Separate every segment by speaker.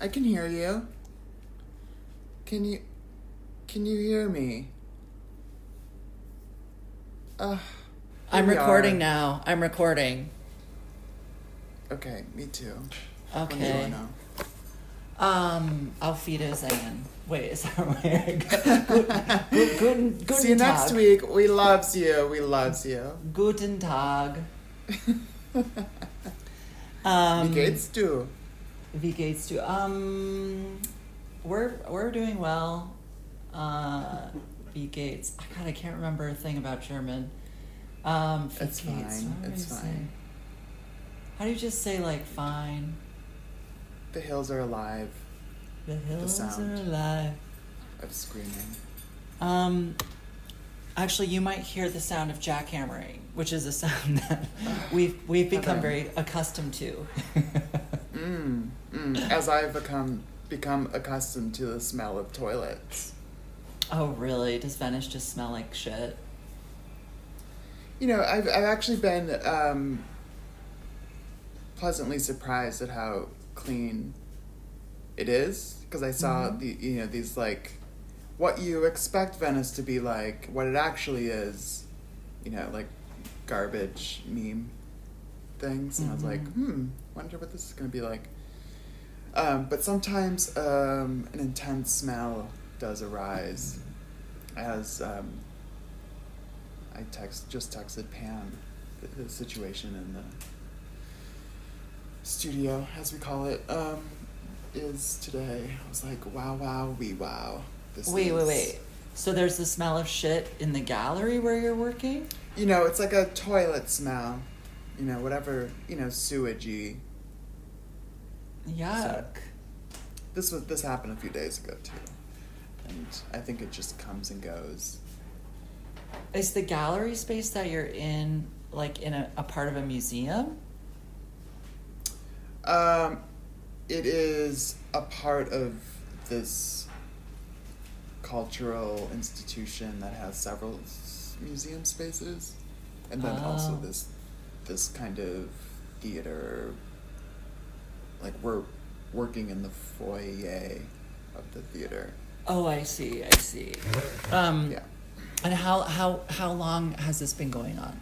Speaker 1: I can hear you. Can you can you hear me? Uh,
Speaker 2: I'm recording now. I'm recording.
Speaker 1: Okay, me too.
Speaker 2: Okay.
Speaker 1: Buongiorno.
Speaker 2: Um, auf Wiedersehen. Wait, is that right? guten, guten, guten
Speaker 1: See you
Speaker 2: Tag.
Speaker 1: next week. We loves you. We loves you.
Speaker 2: Guten Tag. um,
Speaker 1: Wie geht's du?
Speaker 2: Wie geht's du? Um, we're we're doing well. Uh, wie geht's? Oh, God, I can't remember a thing about German. Um, wie
Speaker 1: It's
Speaker 2: geht's?
Speaker 1: fine.
Speaker 2: What do
Speaker 1: It's
Speaker 2: you say?
Speaker 1: fine.
Speaker 2: How do you just say like fine?
Speaker 1: The hills are alive.
Speaker 2: The hills
Speaker 1: sound.
Speaker 2: are alive.
Speaker 1: Of screaming.
Speaker 2: Um, actually, you might hear the sound of jackhammering, which is a sound that we've we've become
Speaker 1: Heaven.
Speaker 2: very accustomed to.
Speaker 1: Mm, mm, as I've become become accustomed to the smell of toilets.
Speaker 2: oh, really? Does Venice just smell like shit?
Speaker 1: You know, I've I've actually been um, pleasantly surprised at how clean it is because I saw
Speaker 2: Mhm.
Speaker 1: the you know these like what you expect Venice to be like, what it actually is, you know, like garbage meme things, and I was like,
Speaker 2: Mhm.
Speaker 1: hmm, wonder what this is gonna be like. Um, but sometimes um, an intense smell does arise, as um, I text just texted Pam the, the situation in the studio, as we call it, um, is today. I was like, wow, wow, wee wow. This
Speaker 2: Wait, wait,
Speaker 1: is-
Speaker 2: wait. So there's the smell of shit in the gallery where you're working?
Speaker 1: You know, it's like a toilet smell. You know, whatever, you know, sewagey.
Speaker 2: Yuck.
Speaker 1: This was this happened a few days ago too. And I think it just comes and goes.
Speaker 2: Is the gallery space that you're in like in a, a part of a museum?
Speaker 1: Um, it is a part of this cultural institution that has several s- museum spaces, and then also
Speaker 2: Oh.
Speaker 1: this this kind of theater. Like we're working in the foyer of the theater.
Speaker 2: Oh, I see. I see. Um,
Speaker 1: Yeah.
Speaker 2: And how how how long has this been going on?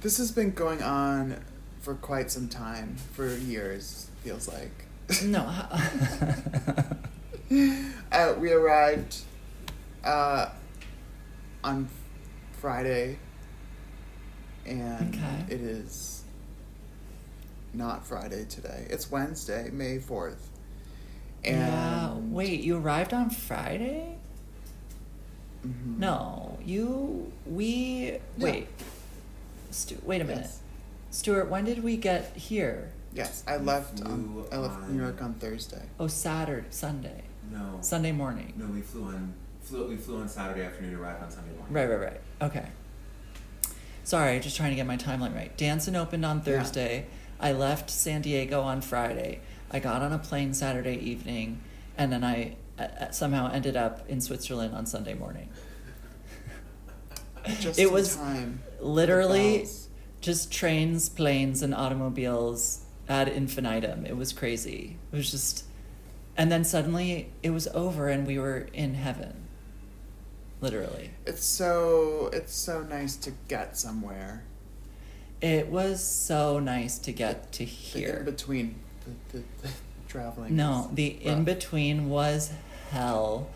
Speaker 1: This has been going on for quite some time, for years, feels like.
Speaker 2: No. uh, how-
Speaker 1: uh, we arrived uh, on Friday, and
Speaker 2: Okay.
Speaker 1: it is not Friday today. It's Wednesday, May 4th. And
Speaker 2: yeah. Wait, you arrived on Friday?
Speaker 1: mhm.
Speaker 2: No, you we
Speaker 1: Yeah.
Speaker 2: wait. Stu- wait a minute,
Speaker 1: Yes.
Speaker 2: Stuart. When did we get here?
Speaker 1: Yes, I left on
Speaker 3: flew
Speaker 1: I left New
Speaker 3: on-
Speaker 1: York on Thursday.
Speaker 2: Oh, Saturday, Sunday,
Speaker 3: No.
Speaker 2: Sunday morning.
Speaker 3: No, we flew on. Flew, we flew on Saturday afternoon, arrived on Sunday morning.
Speaker 2: Right, right, right. Okay. Sorry, just trying to get my timeline right. Dancing opened on
Speaker 1: Yeah.
Speaker 2: Thursday. I left San Diego on Friday. I got on a plane Saturday evening, and then I uh, somehow ended up in Switzerland on Sunday morning.
Speaker 1: Just
Speaker 2: It
Speaker 1: in
Speaker 2: was
Speaker 1: time. for the
Speaker 2: Literally,
Speaker 1: bells.
Speaker 2: just trains, planes, and automobiles ad infinitum. It was crazy. It was just, and then suddenly it was over, and we were in heaven. Literally.
Speaker 1: It's so it's so nice to get somewhere.
Speaker 2: It was so nice to get to
Speaker 1: The in
Speaker 2: here.
Speaker 1: between the, the, the traveling.
Speaker 2: No,
Speaker 1: is
Speaker 2: the
Speaker 1: rough.
Speaker 2: in between was hell.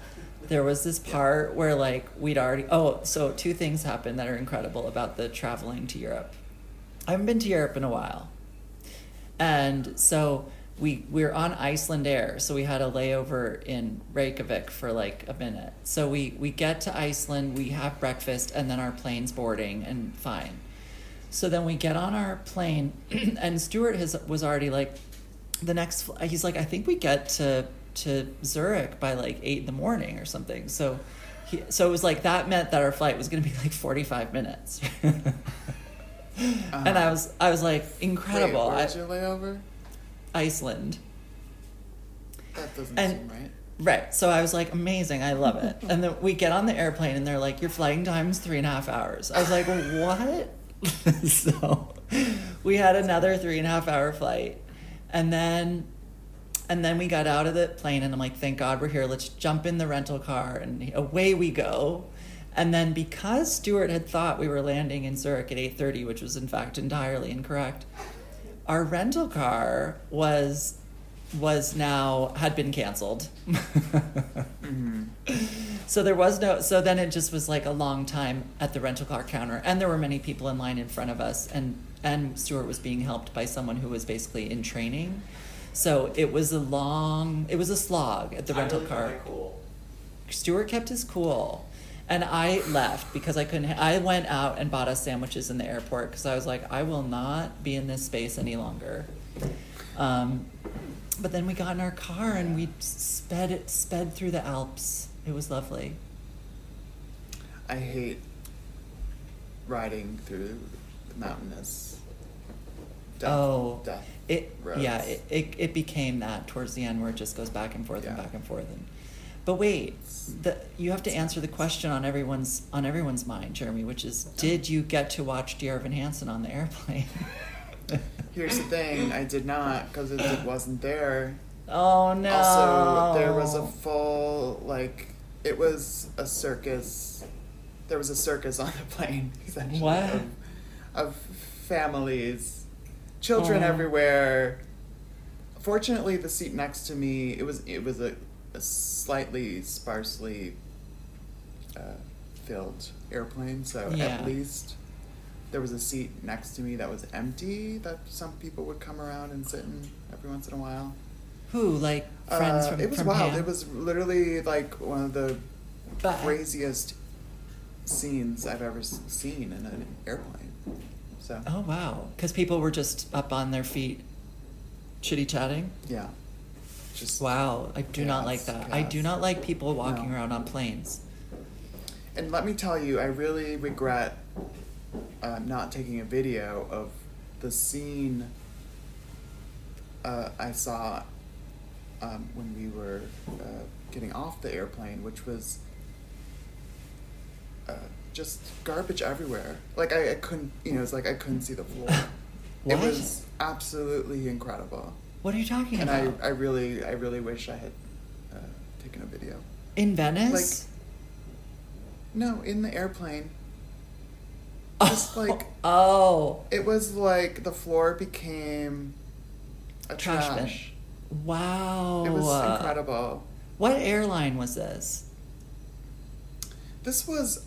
Speaker 2: There was this part where like we'd already oh, so two things happened that are incredible about the traveling to Europe. I haven't been to Europe in a while. And so we we were on Iceland Air, so we had a layover in Reykjavik for like a minute. So we we get to Iceland, we have breakfast, and then our plane's boarding, and fine. So then we get on our plane, and Stuart has was already like, the next. fl- He's like, I think we get to to Zurich by like eight in the morning or something. So, he, so it was like that meant that our flight was going to be like forty five minutes. and I was I was like incredible.
Speaker 1: Wait,
Speaker 2: I-
Speaker 1: where's your layover?
Speaker 2: Iceland.
Speaker 1: That doesn't
Speaker 2: And-
Speaker 1: seem right.
Speaker 2: Right. So I was like, amazing. I love it. and then we get on the airplane and they're like, your flying time's three and a half hours. I was like, what? so we had another three and a half hour flight. And then And then we got out of the plane, and I'm like, thank God we're here. Let's jump in the rental car, and away we go. And then because Stuart had thought we were landing in Zurich at 8:30, which was in fact entirely incorrect, our rental car was was now had been canceled.
Speaker 1: Mm-hmm.
Speaker 2: So there was no, so then it just was like a long time at the rental car counter. And there were many people in line in front of us. And, and Stuart was being helped by someone who was basically in training. So it was a long, it was a slog at the
Speaker 3: I
Speaker 2: rental
Speaker 3: really
Speaker 2: car.
Speaker 3: thought I cool.
Speaker 2: Stuart kept his cool. And I left because I couldn't. I went out and bought us sandwiches in the airport because I was like, I will not be in this space any longer. Um, but then we got in our car and we sped sped through the Alps. It was lovely.
Speaker 1: I hate riding through the mountainous death,
Speaker 2: Oh.
Speaker 1: death
Speaker 2: It
Speaker 1: roads.
Speaker 2: yeah. It, it it became that towards the end where it just goes back and forth and
Speaker 1: Yeah.
Speaker 2: back and forth and. But wait, the, you have to answer the question on everyone's on everyone's mind, Jeremy, which is, did you get to watch Dear Evan Hansen on the airplane?
Speaker 1: Here's the thing, I did not because it, it wasn't there.
Speaker 2: Oh no!
Speaker 1: Also, there was a full like it was a circus. There was a circus on the plane essentially
Speaker 2: What?
Speaker 1: Of, of families, children
Speaker 2: Oh.
Speaker 1: everywhere. Fortunately, the seat next to me it was it was a, a slightly sparsely uh, filled airplane, so
Speaker 2: Yeah.
Speaker 1: at least. There was a seat next to me that was empty that some people would come around and sit in every once in a while.
Speaker 2: who like friends
Speaker 1: Uh,
Speaker 2: from
Speaker 1: it was
Speaker 2: from
Speaker 1: wild.
Speaker 2: Ham?
Speaker 1: It was literally like one of the
Speaker 2: But-
Speaker 1: craziest scenes I've ever s- seen in an airplane. So
Speaker 2: Oh wow! Because people were just up on their feet, chitty chatting.
Speaker 1: yeah, just
Speaker 2: Wow, I do
Speaker 1: Chaos,
Speaker 2: not like that. I do
Speaker 1: chaos.
Speaker 2: not like people walking
Speaker 1: No.
Speaker 2: around on planes.
Speaker 1: And let me tell you, I really regret uh, not taking a video of the scene uh, I saw um, when we were uh, getting off the airplane, which was uh, just garbage everywhere. Like I, I couldn't, you know, it's like I couldn't see the floor.
Speaker 2: What?
Speaker 1: It was absolutely incredible,
Speaker 2: what are you talking
Speaker 1: and I,
Speaker 2: about?
Speaker 1: I really, I really wish I had uh, taken a video.
Speaker 2: In Venice?
Speaker 1: No, in the airplane. just like-
Speaker 2: oh
Speaker 1: It was like the floor became a
Speaker 2: Trash Oh, uh,
Speaker 1: trash.
Speaker 2: bin. wow!
Speaker 1: It was incredible.
Speaker 2: What airline was this?
Speaker 1: This was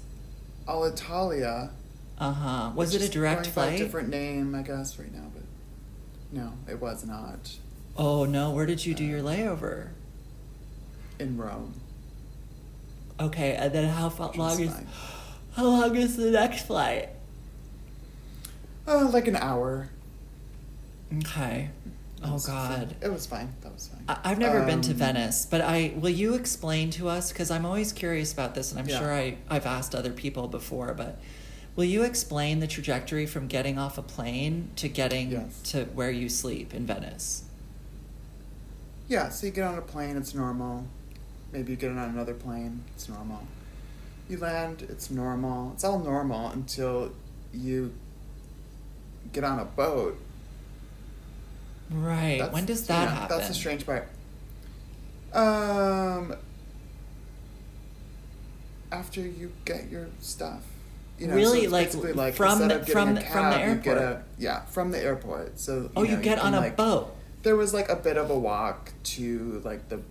Speaker 1: Alitalia.
Speaker 2: Uh huh. Was
Speaker 1: which
Speaker 2: it a
Speaker 1: is
Speaker 2: direct
Speaker 1: going by
Speaker 2: flight?
Speaker 1: A different name, I guess, right now, but no, it was not
Speaker 2: oh no! Where did you do
Speaker 1: Uh,
Speaker 2: your layover?
Speaker 1: in Rome.
Speaker 2: Okay, and then how fa-
Speaker 1: which was
Speaker 2: long is
Speaker 1: fine.
Speaker 2: how long is the next flight?
Speaker 1: Uh, like an hour.
Speaker 2: Okay.
Speaker 1: It
Speaker 2: Oh
Speaker 1: was fine.
Speaker 2: God.
Speaker 1: It was fine. That was fine.
Speaker 2: I- I've never been to
Speaker 1: Um,
Speaker 2: Venice, but I will you explain to us because I'm always curious about this, and I'm
Speaker 1: Yeah.
Speaker 2: sure I I've asked other people before, but will you explain the trajectory from getting off a plane to getting
Speaker 1: Yes.
Speaker 2: to where you sleep in Venice?
Speaker 1: Yeah, so you get on a plane, it's normal. Maybe you get on another plane, it's normal. You land, it's normal. It's all normal until you get on a boat.
Speaker 2: Right.
Speaker 1: That's-
Speaker 2: when does
Speaker 1: you
Speaker 2: that
Speaker 1: know,
Speaker 2: happen?
Speaker 1: That's the strange part. Um, after you get your stuff, you know, so
Speaker 2: Really,
Speaker 1: it's
Speaker 2: like,
Speaker 1: basically like
Speaker 2: from
Speaker 1: instead
Speaker 2: the-
Speaker 1: of getting
Speaker 2: from
Speaker 1: a
Speaker 2: the- from the
Speaker 1: cab, you get
Speaker 2: airport?
Speaker 1: a- yeah, from the airport. So
Speaker 2: oh, you,
Speaker 1: know,
Speaker 2: get
Speaker 1: can,
Speaker 2: on a
Speaker 1: like,
Speaker 2: boat.
Speaker 1: there was like a bit of a walk to like the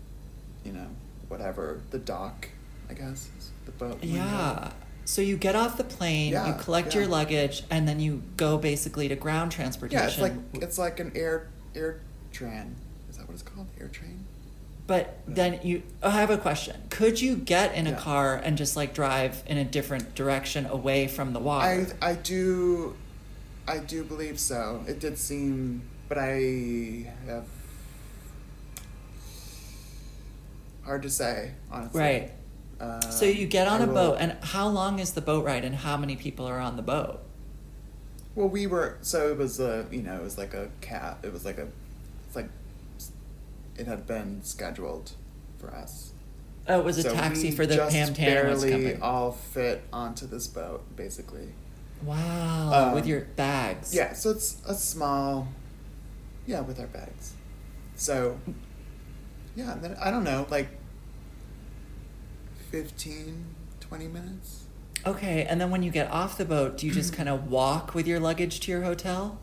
Speaker 1: you know whatever the dock i guess is the boat window.
Speaker 2: Yeah. So you get off the plane, you
Speaker 1: Yeah,
Speaker 2: collect
Speaker 1: yeah.
Speaker 2: your luggage, and then you go basically to ground transportation.
Speaker 1: yeah it's like it's like an air air tran is that what it's called air train
Speaker 2: But
Speaker 1: Yeah.
Speaker 2: then you, oh, I have a question. Could you get in a
Speaker 1: Yeah.
Speaker 2: car and just like drive in a different direction away from the
Speaker 1: i
Speaker 2: water?
Speaker 1: i do i do believe so it did seem but i have hard to say honestly
Speaker 2: right.
Speaker 1: uh,
Speaker 2: so you get on
Speaker 1: a
Speaker 2: a boat, and how long is the boat ride, and how many people are on the boat?
Speaker 1: Well, we were so it was a you know it was like a cat. It was like a it's like it had been scheduled for us.
Speaker 2: Oh, it was a
Speaker 1: So
Speaker 2: taxi
Speaker 1: we
Speaker 2: for the
Speaker 1: just
Speaker 2: Pam Tan was
Speaker 1: barely
Speaker 2: company.
Speaker 1: all fit onto this boat basically.
Speaker 2: wow, with
Speaker 1: Um,
Speaker 2: your bags.
Speaker 1: Yeah, so it's a small yeah with our bags. So Yeah, and then I don't know, like 15, 20 minutes.
Speaker 2: Okay, and then when you get off the boat, do you just kind of walk with your luggage to your hotel?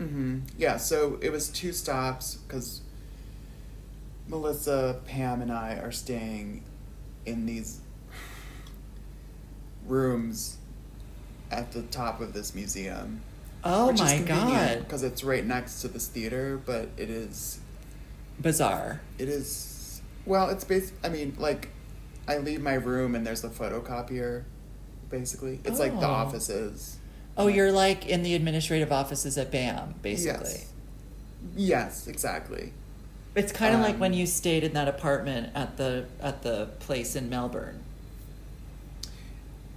Speaker 1: Mm-hmm. Yeah, so it was two stops because Melissa, Pam, and I are staying in these rooms at the top of this museum.
Speaker 2: Oh my god.
Speaker 1: Because it's right next to this theater, but it is
Speaker 2: Bizarre.
Speaker 1: it is well, it's bas I mean, like I leave my room and there's a photocopier, basically. It's like the
Speaker 2: Oh.
Speaker 1: offices.
Speaker 2: Oh, you're like in the administrative offices at BAM, basically.
Speaker 1: Yes. Yes, exactly.
Speaker 2: It's kind of like when
Speaker 1: Um,
Speaker 2: you stayed in that apartment at the at the place in Melbourne.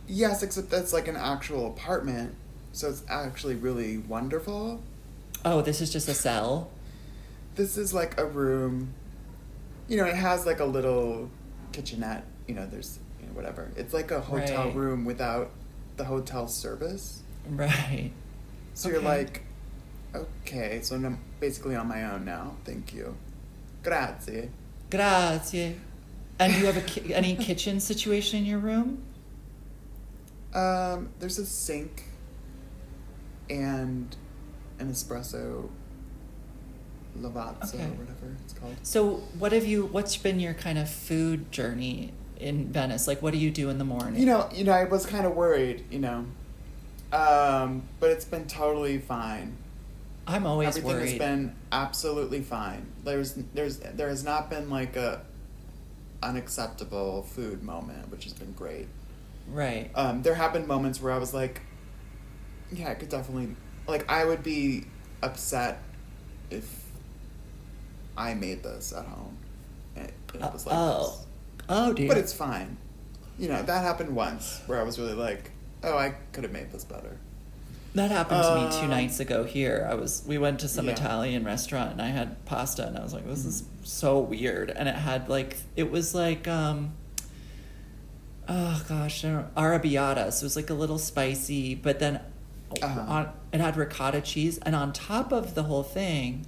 Speaker 1: Yes, except that's like an actual apartment, so it's actually really wonderful.
Speaker 2: Oh, this is just a cell.
Speaker 1: This is like a room, you know, it has like a little kitchenette, you know, there's you know, whatever. It's like a hotel
Speaker 2: Right.
Speaker 1: room without the hotel service.
Speaker 2: Right.
Speaker 1: So you're
Speaker 2: Okay.
Speaker 1: like, okay, so I'm basically on my own now. Thank you. Grazie.
Speaker 2: Grazie. And you have a ki- any kitchen situation in your room?
Speaker 1: Um, there's a sink and an espresso lavazza
Speaker 2: Okay.
Speaker 1: or whatever it's called.
Speaker 2: So, what have you what's been your kind of food journey in Venice? Like what do you do in the morning?
Speaker 1: You know, you know, I was kind of worried, you know, um, but it's been totally fine.
Speaker 2: I'm always
Speaker 1: Everything
Speaker 2: worried.
Speaker 1: has been absolutely fine. There's, there's, there has not been like a unacceptable food moment, which has been great.
Speaker 2: right.
Speaker 1: um, there have been moments where I was like, yeah, I could definitely, like, I would be upset if I made this at home. And it was like,
Speaker 2: oh.
Speaker 1: this.
Speaker 2: Oh, dear.
Speaker 1: but it's fine. You know, that happened once where I was really like, oh, I could have made this better.
Speaker 2: That happened to me two
Speaker 1: Um,
Speaker 2: nights ago here. I was we went to some
Speaker 1: Yeah. Mm-hmm.
Speaker 2: Italian restaurant and I had pasta and I was like, this is so weird. And it had like it was like um oh gosh, I don't, arrabbiata. So it was like a little spicy, but then
Speaker 1: Uh-huh.
Speaker 2: on, it had ricotta cheese and on top of the whole thing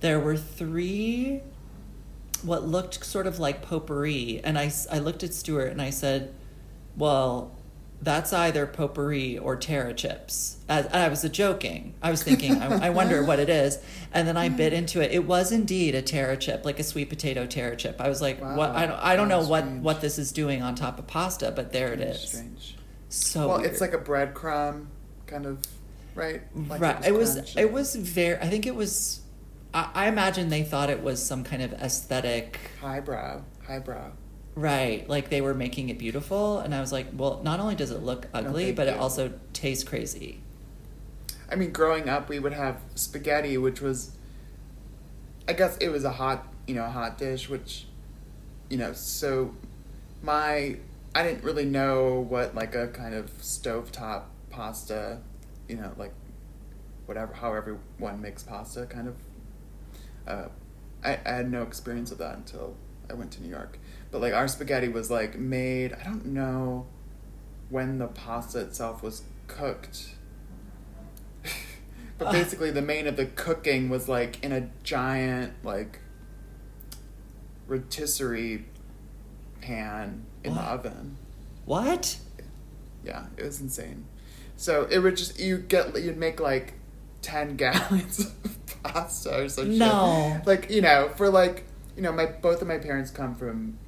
Speaker 2: there were three what looked sort of like potpourri and I, s- I looked at Stuart and I said, "Well, that's either potpourri or Terra chips." As, and I was joking. I was thinking, I, I wonder what it is. And then I bit into it. It was indeed a Terra chip, like a sweet potato Terra chip. I was like,
Speaker 1: Wow.
Speaker 2: "What? I don't, I don't
Speaker 1: How
Speaker 2: know what,
Speaker 1: strange.
Speaker 2: what this is doing on top of pasta, but there it
Speaker 1: Strange,
Speaker 2: is."
Speaker 1: Strange.
Speaker 2: So
Speaker 1: well,
Speaker 2: weird.
Speaker 1: it's like a breadcrumb kind of, right? Like
Speaker 2: right. It was.
Speaker 1: crunchy.
Speaker 2: It was very. I think it was. I, I imagine they thought it was some kind of aesthetic.
Speaker 1: highbrow, highbrow.
Speaker 2: Right, like they were making it beautiful, and I was like, well, not only does it look ugly,
Speaker 1: thank
Speaker 2: but it
Speaker 1: you.
Speaker 2: also tastes crazy.
Speaker 1: I mean, growing up, we would have spaghetti, which was, I guess it was a hot, you know, a hot dish, which, you know, so my, I didn't really know what like a kind of stovetop pasta, you know, like whatever, how everyone makes pasta kind of, uh, I, I had no experience of that until I went to New York. But like our spaghetti was like made, I don't know when the pasta itself was cooked. but
Speaker 2: Ugh.
Speaker 1: basically, the main of the cooking was like in a giant like rotisserie pan in
Speaker 2: What?
Speaker 1: the oven.
Speaker 2: What?
Speaker 1: Yeah, it was insane. So it would just you get you'd make like ten gallons of pasta or some
Speaker 2: No.
Speaker 1: shit. Like you know for like you know my both of my parents come from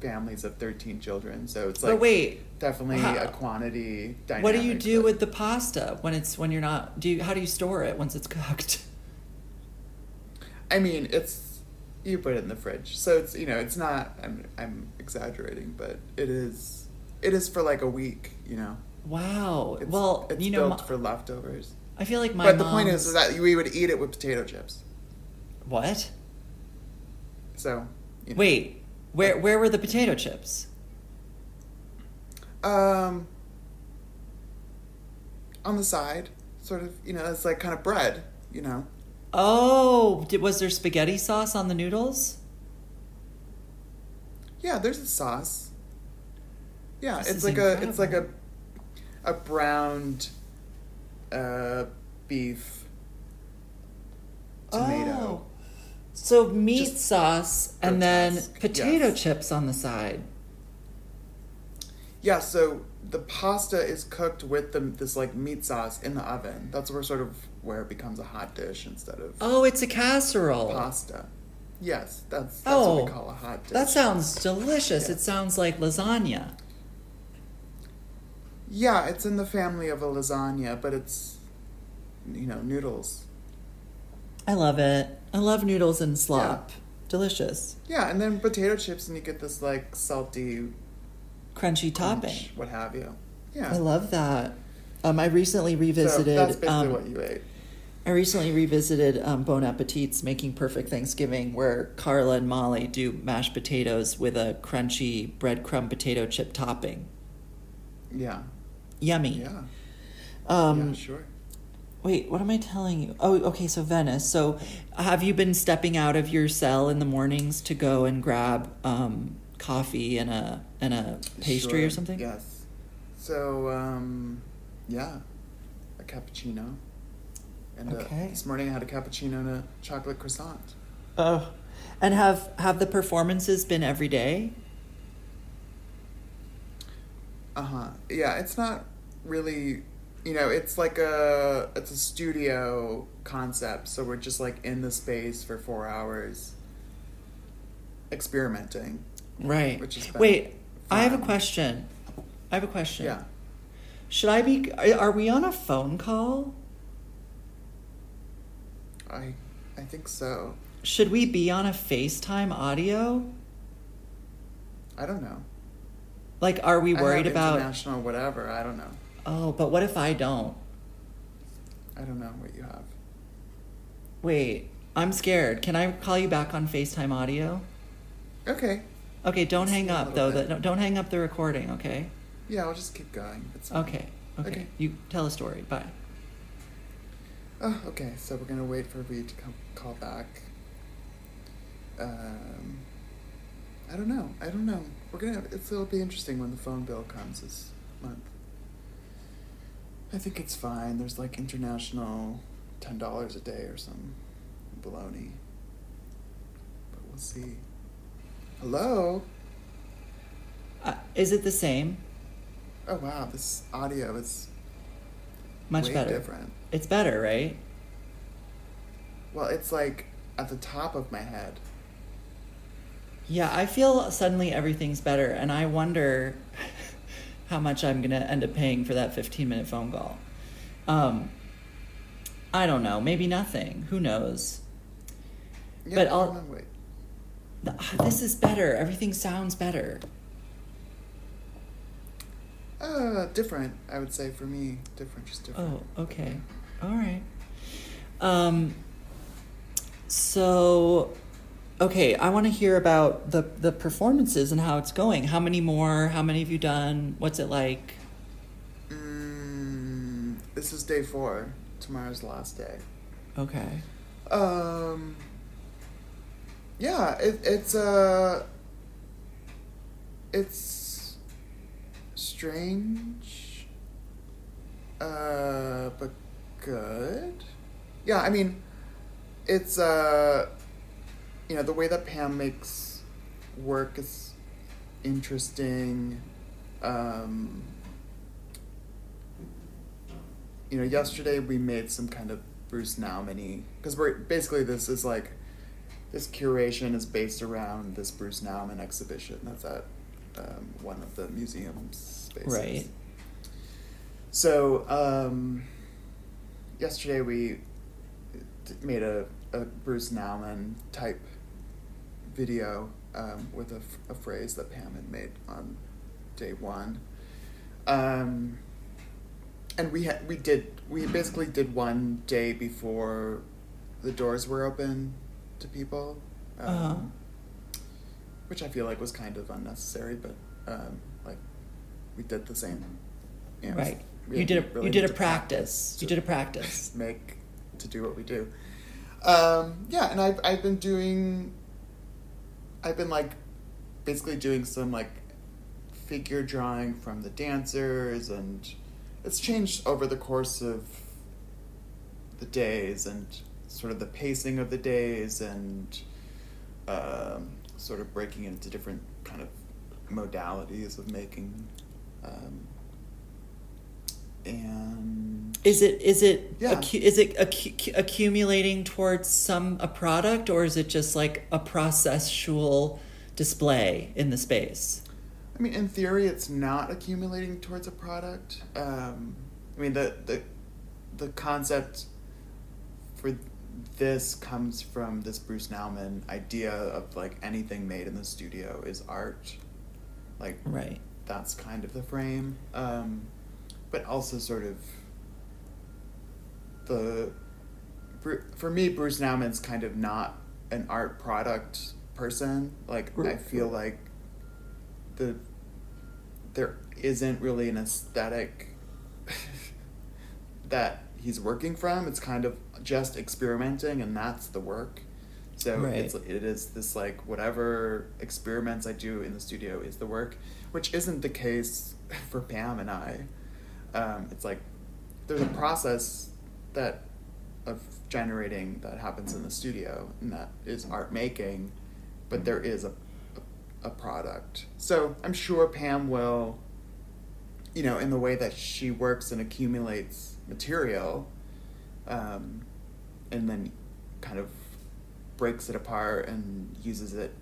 Speaker 1: families of thirteen children, so it's like
Speaker 2: but wait,
Speaker 1: definitely
Speaker 2: how-
Speaker 1: a quantity. Dynamic,
Speaker 2: what do you do
Speaker 1: but-
Speaker 2: with the pasta when it's when you're not? Do you, how do you store it once it's cooked?
Speaker 1: I mean, it's you put it in the fridge, so it's you know it's not. I'm I'm exaggerating, but it is. It is for like a week, you know.
Speaker 2: Wow.
Speaker 1: It's,
Speaker 2: well,
Speaker 1: it's
Speaker 2: you know,
Speaker 1: built
Speaker 2: my-
Speaker 1: for leftovers.
Speaker 2: I feel like my.
Speaker 1: But the point
Speaker 2: mom's-
Speaker 1: is, is that we would eat it with potato chips.
Speaker 2: what?
Speaker 1: So you know.
Speaker 2: Wait, where where were the potato chips?
Speaker 1: Um, on the side, sort of. You know, it's like kind of bread. You know,
Speaker 2: Oh, did, was there spaghetti sauce on the noodles?
Speaker 1: yeah. There's a sauce. Yeah,
Speaker 2: This
Speaker 1: it's
Speaker 2: is
Speaker 1: like a it's like a
Speaker 2: incredible.
Speaker 1: a browned uh, beef tomato.
Speaker 2: Oh. So meat
Speaker 1: Just
Speaker 2: sauce and then
Speaker 1: grotesque,
Speaker 2: potato
Speaker 1: yes.
Speaker 2: chips on the side.
Speaker 1: Yeah, so the pasta is cooked with the, this like meat sauce in the oven. That's where sort of where it becomes a hot dish instead of
Speaker 2: Oh, it's a casserole.
Speaker 1: pasta. Yes, that's, that's what
Speaker 2: Oh,
Speaker 1: we call a hot dish.
Speaker 2: That sounds delicious.
Speaker 1: Yeah.
Speaker 2: It sounds like lasagna.
Speaker 1: yeah, it's in the family of a lasagna, but it's you know noodles.
Speaker 2: I love it. I love noodles and slop. Delicious.
Speaker 1: Yeah, and then potato chips, and you get this like salty
Speaker 2: Crunchy topping.
Speaker 1: crunch, what have you. Yeah,
Speaker 2: I love that. Um, I recently
Speaker 1: So
Speaker 2: revisited.
Speaker 1: that's basically
Speaker 2: um,
Speaker 1: what you ate.
Speaker 2: I recently revisited um, Bon Appetit's Making Perfect Thanksgiving, where Carla and Molly do mashed potatoes with a crunchy breadcrumb potato chip topping.
Speaker 1: Yeah,
Speaker 2: Yummy.
Speaker 1: yeah,
Speaker 2: Um,
Speaker 1: yeah, sure.
Speaker 2: Wait, what am I telling you? Oh, okay, so Venice. So, have you been stepping out of your cell in the mornings to go and grab um, coffee and a and a pastry
Speaker 1: Sure,
Speaker 2: or something?
Speaker 1: Yes. So, um, yeah, a cappuccino. And uh
Speaker 2: Okay.
Speaker 1: this morning I had a cappuccino and a chocolate croissant.
Speaker 2: Oh, and have have the performances been every day?
Speaker 1: Uh huh. Yeah, it's not really, you know, it's like a it's a studio concept. So we're just like in the space for four hours, experimenting.
Speaker 2: Right.
Speaker 1: Which has been
Speaker 2: Wait, I have a
Speaker 1: fun.
Speaker 2: question. I have a question.
Speaker 1: Yeah.
Speaker 2: Should I be? Are are we on a phone call?
Speaker 1: I I think so.
Speaker 2: Should we be on a FaceTime audio?
Speaker 1: I don't know.
Speaker 2: Like, are we
Speaker 1: I have
Speaker 2: worried about?
Speaker 1: international whatever? I don't know.
Speaker 2: Oh, but what if I don't?
Speaker 1: I don't know what you have.
Speaker 2: Wait, I'm scared. Can I call you back on FaceTime audio?
Speaker 1: Okay.
Speaker 2: Okay, don't
Speaker 1: Just
Speaker 2: hang
Speaker 1: a
Speaker 2: up though.
Speaker 1: little
Speaker 2: The,
Speaker 1: bit.
Speaker 2: don't- don't hang up the recording, okay?
Speaker 1: Yeah, I'll just keep going. It's fine.
Speaker 2: Okay. Okay.
Speaker 1: Okay.
Speaker 2: You tell a story. Bye.
Speaker 1: Oh, okay. So we're gonna wait for Reed to come call back. Um, I don't know. I don't know. We're gonna. It's, it'll be interesting when the phone bill comes this month. I think it's fine. There's like international, ten dollars a day or some baloney. But we'll see. Hello.
Speaker 2: Uh, is it the same?
Speaker 1: Oh wow, this audio is
Speaker 2: Much
Speaker 1: way
Speaker 2: better.
Speaker 1: different.
Speaker 2: It's better, right?
Speaker 1: Well, it's like at the top of my head.
Speaker 2: Yeah, I feel suddenly everything's better, and I wonder how much I'm going to end up paying for that 15 minute phone call. Um, I don't know. Maybe nothing. Who knows?
Speaker 1: Yeah,
Speaker 2: But
Speaker 1: I don't
Speaker 2: I'll-
Speaker 1: know, wait.
Speaker 2: Th- ah, This is better. Everything sounds better.
Speaker 1: Uh, different. I would say for me, different, just different.
Speaker 2: Oh, okay. All right. Um, so, okay, I want to hear about the, the performances and how it's going. How many more? How many have you done? What's it like?
Speaker 1: Mm, this is day four. Tomorrow's the last day.
Speaker 2: Okay.
Speaker 1: Um. Yeah, it, it's uh. It's strange. Uh, but good. Yeah, I mean, it's uh, you know, the way that Pam makes work is interesting. Um, you know, yesterday we made some kind of Bruce Nauman because we're basically this is like this curation is based around this Bruce Nauman exhibition that's at um, one of the museum spaces.
Speaker 2: Right.
Speaker 1: So um, yesterday we d- made a, a Bruce Nauman type video um, with a, f- a phrase that Pam had made on day one. Um, and we had we did we basically did one day before the doors were open to people, um,
Speaker 2: Uh-huh.
Speaker 1: which I feel like was kind of unnecessary, but um, like we did the same. You know,
Speaker 2: right.
Speaker 1: we
Speaker 2: You did
Speaker 1: didn't
Speaker 2: a,
Speaker 1: really
Speaker 2: you did
Speaker 1: need
Speaker 2: a
Speaker 1: to
Speaker 2: practice. You
Speaker 1: to-
Speaker 2: did a practice.
Speaker 1: make to do what we do. Um, yeah, and I've I've been doing. I've been like, basically doing some like, figure drawing from the dancers, and it's changed over the course of. The days and sort of the pacing of the days and um, sort of breaking into different kind of modalities of making. Um, and
Speaker 2: Is it is it
Speaker 1: Yeah.
Speaker 2: accu- is it accu- accumulating towards some a product or is it just like a processual display in the space?
Speaker 1: I mean, in theory, it's not accumulating towards a product. Um, I mean, the the the concept for this comes from this Bruce Nauman idea of like anything made in the studio is art. Like
Speaker 2: Right.
Speaker 1: that's kind of the frame, um, but also sort of the Bru- for me Bruce Nauman's kind of not an art product person. Like I
Speaker 2: Right.
Speaker 1: feel like the there isn't really an aesthetic that he's working from. It's kind of just experimenting, and that's the work. So
Speaker 2: Right.
Speaker 1: it's it is this like whatever experiments I do in the studio is the work, which isn't the case for Pam and I. Um, it's like there's a process that of generating that happens in the studio, and that is art making, but there is a a, a product. So I'm sure Pam will you know, in the way that she works and accumulates material, um, and then kind of breaks it apart and uses it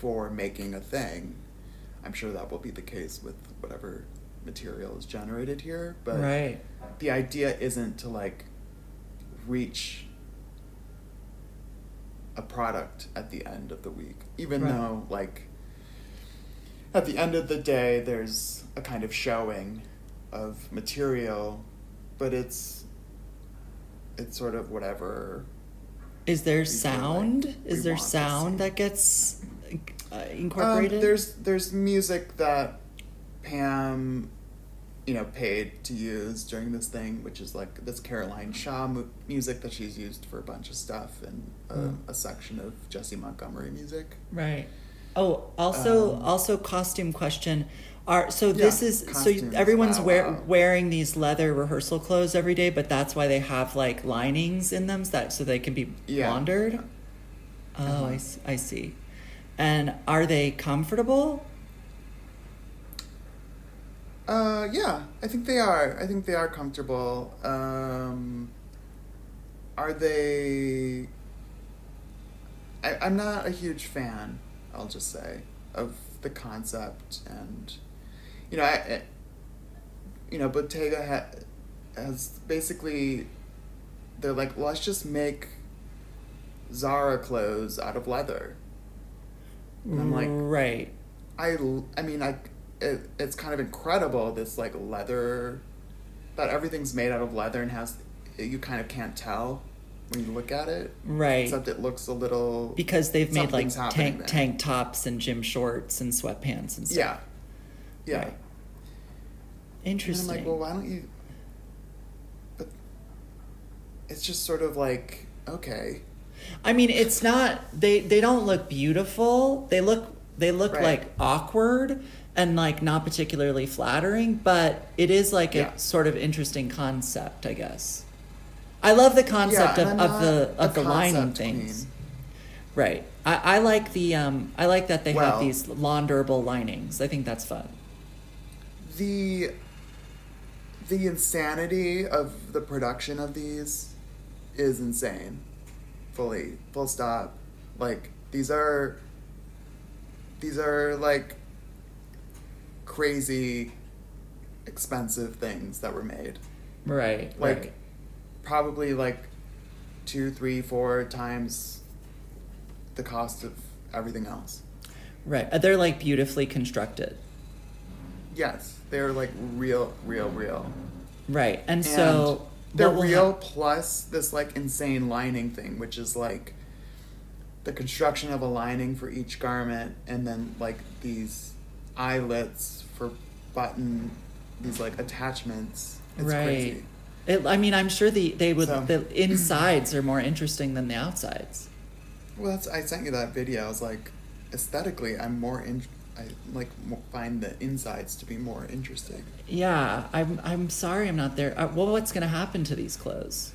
Speaker 1: for making a thing. I'm sure that will be the case with whatever material is generated here, but
Speaker 2: right.
Speaker 1: the idea isn't to like reach a product at the end of the week even
Speaker 2: Right.
Speaker 1: though like at the end of the day there's a kind of showing of material but it's it's sort of whatever
Speaker 2: Is there
Speaker 1: feel like
Speaker 2: sound?
Speaker 1: we
Speaker 2: Is there
Speaker 1: want to see.
Speaker 2: sound that gets uh,
Speaker 1: Um,
Speaker 2: incorporated?
Speaker 1: there's there's music that Pam, you know, paid to use during this thing, which is like this Caroline Shaw mu- music that she's used for a bunch of stuff and um,
Speaker 2: Mm.
Speaker 1: a section of Jesse Montgomery music.
Speaker 2: Right. Oh, also
Speaker 1: Um,
Speaker 2: also costume question. Are so this
Speaker 1: Yeah,
Speaker 2: is
Speaker 1: costumes,
Speaker 2: so everyone's
Speaker 1: wow,
Speaker 2: wear,
Speaker 1: wow.
Speaker 2: wearing these leather rehearsal clothes every day, but that's why they have like linings in them so that so they can be
Speaker 1: Yeah.
Speaker 2: laundered. Oh, I,
Speaker 1: Uh-huh.
Speaker 2: s- I see. And are they comfortable?
Speaker 1: Uh, yeah, I think they are. I think they are comfortable. Um, are they? I, I'm not a huge fan. I'll just say of the concept, and you know, I, I- you know, Bottega ha- has basically they're like, let's just make Zara clothes out of leather. And I'm like-
Speaker 2: right.
Speaker 1: I, l- I mean, I, it, it's kind of incredible this like leather, that everything's made out of leather and has, you kind of can't tell when you look at it.
Speaker 2: Right.
Speaker 1: Except it looks a little.
Speaker 2: because they've made like
Speaker 1: something's happening
Speaker 2: tank
Speaker 1: there.
Speaker 2: tank tops and gym shorts and sweatpants and
Speaker 1: Yeah.
Speaker 2: stuff.
Speaker 1: Yeah.
Speaker 2: Right. Interesting.
Speaker 1: And I'm like, well, why don't you? But it's just sort of like okay,
Speaker 2: I mean, it's not they they don't look beautiful. They look they look
Speaker 1: Right.
Speaker 2: like awkward and like not particularly flattering, but it is like
Speaker 1: Yeah.
Speaker 2: a sort of interesting concept, I guess. I love the concept
Speaker 1: yeah,
Speaker 2: of,
Speaker 1: and I'm
Speaker 2: of the
Speaker 1: not
Speaker 2: of
Speaker 1: a
Speaker 2: the lining
Speaker 1: concept
Speaker 2: things.
Speaker 1: queen.
Speaker 2: Right. I, I like the um I like that they have
Speaker 1: Well-
Speaker 2: these launderable linings. I think that's fun.
Speaker 1: the the insanity of the production of these is insane fully full stop like these are these are like crazy expensive things that were made
Speaker 2: Right.
Speaker 1: Like-
Speaker 2: right.
Speaker 1: probably like two three four times the cost of everything else
Speaker 2: Right. They're like beautifully constructed.
Speaker 1: yes they're like real real real
Speaker 2: Right.
Speaker 1: And
Speaker 2: And, so
Speaker 1: they're
Speaker 2: what will
Speaker 1: real
Speaker 2: hap-
Speaker 1: plus this like insane lining thing, which is like the construction of a lining for each garment, and then like these eyelets for button, these like attachments. It's
Speaker 2: right.
Speaker 1: crazy.
Speaker 2: It, I mean, I'm sure the they would
Speaker 1: So-
Speaker 2: the insides are more interesting than the outsides.
Speaker 1: Well, that's I sent you that video. I was like, aesthetically, I'm more in. I like mo find the insides to be more interesting.
Speaker 2: Yeah, I'm. I'm sorry, I'm not there. Uh, well, what's going to happen to these clothes?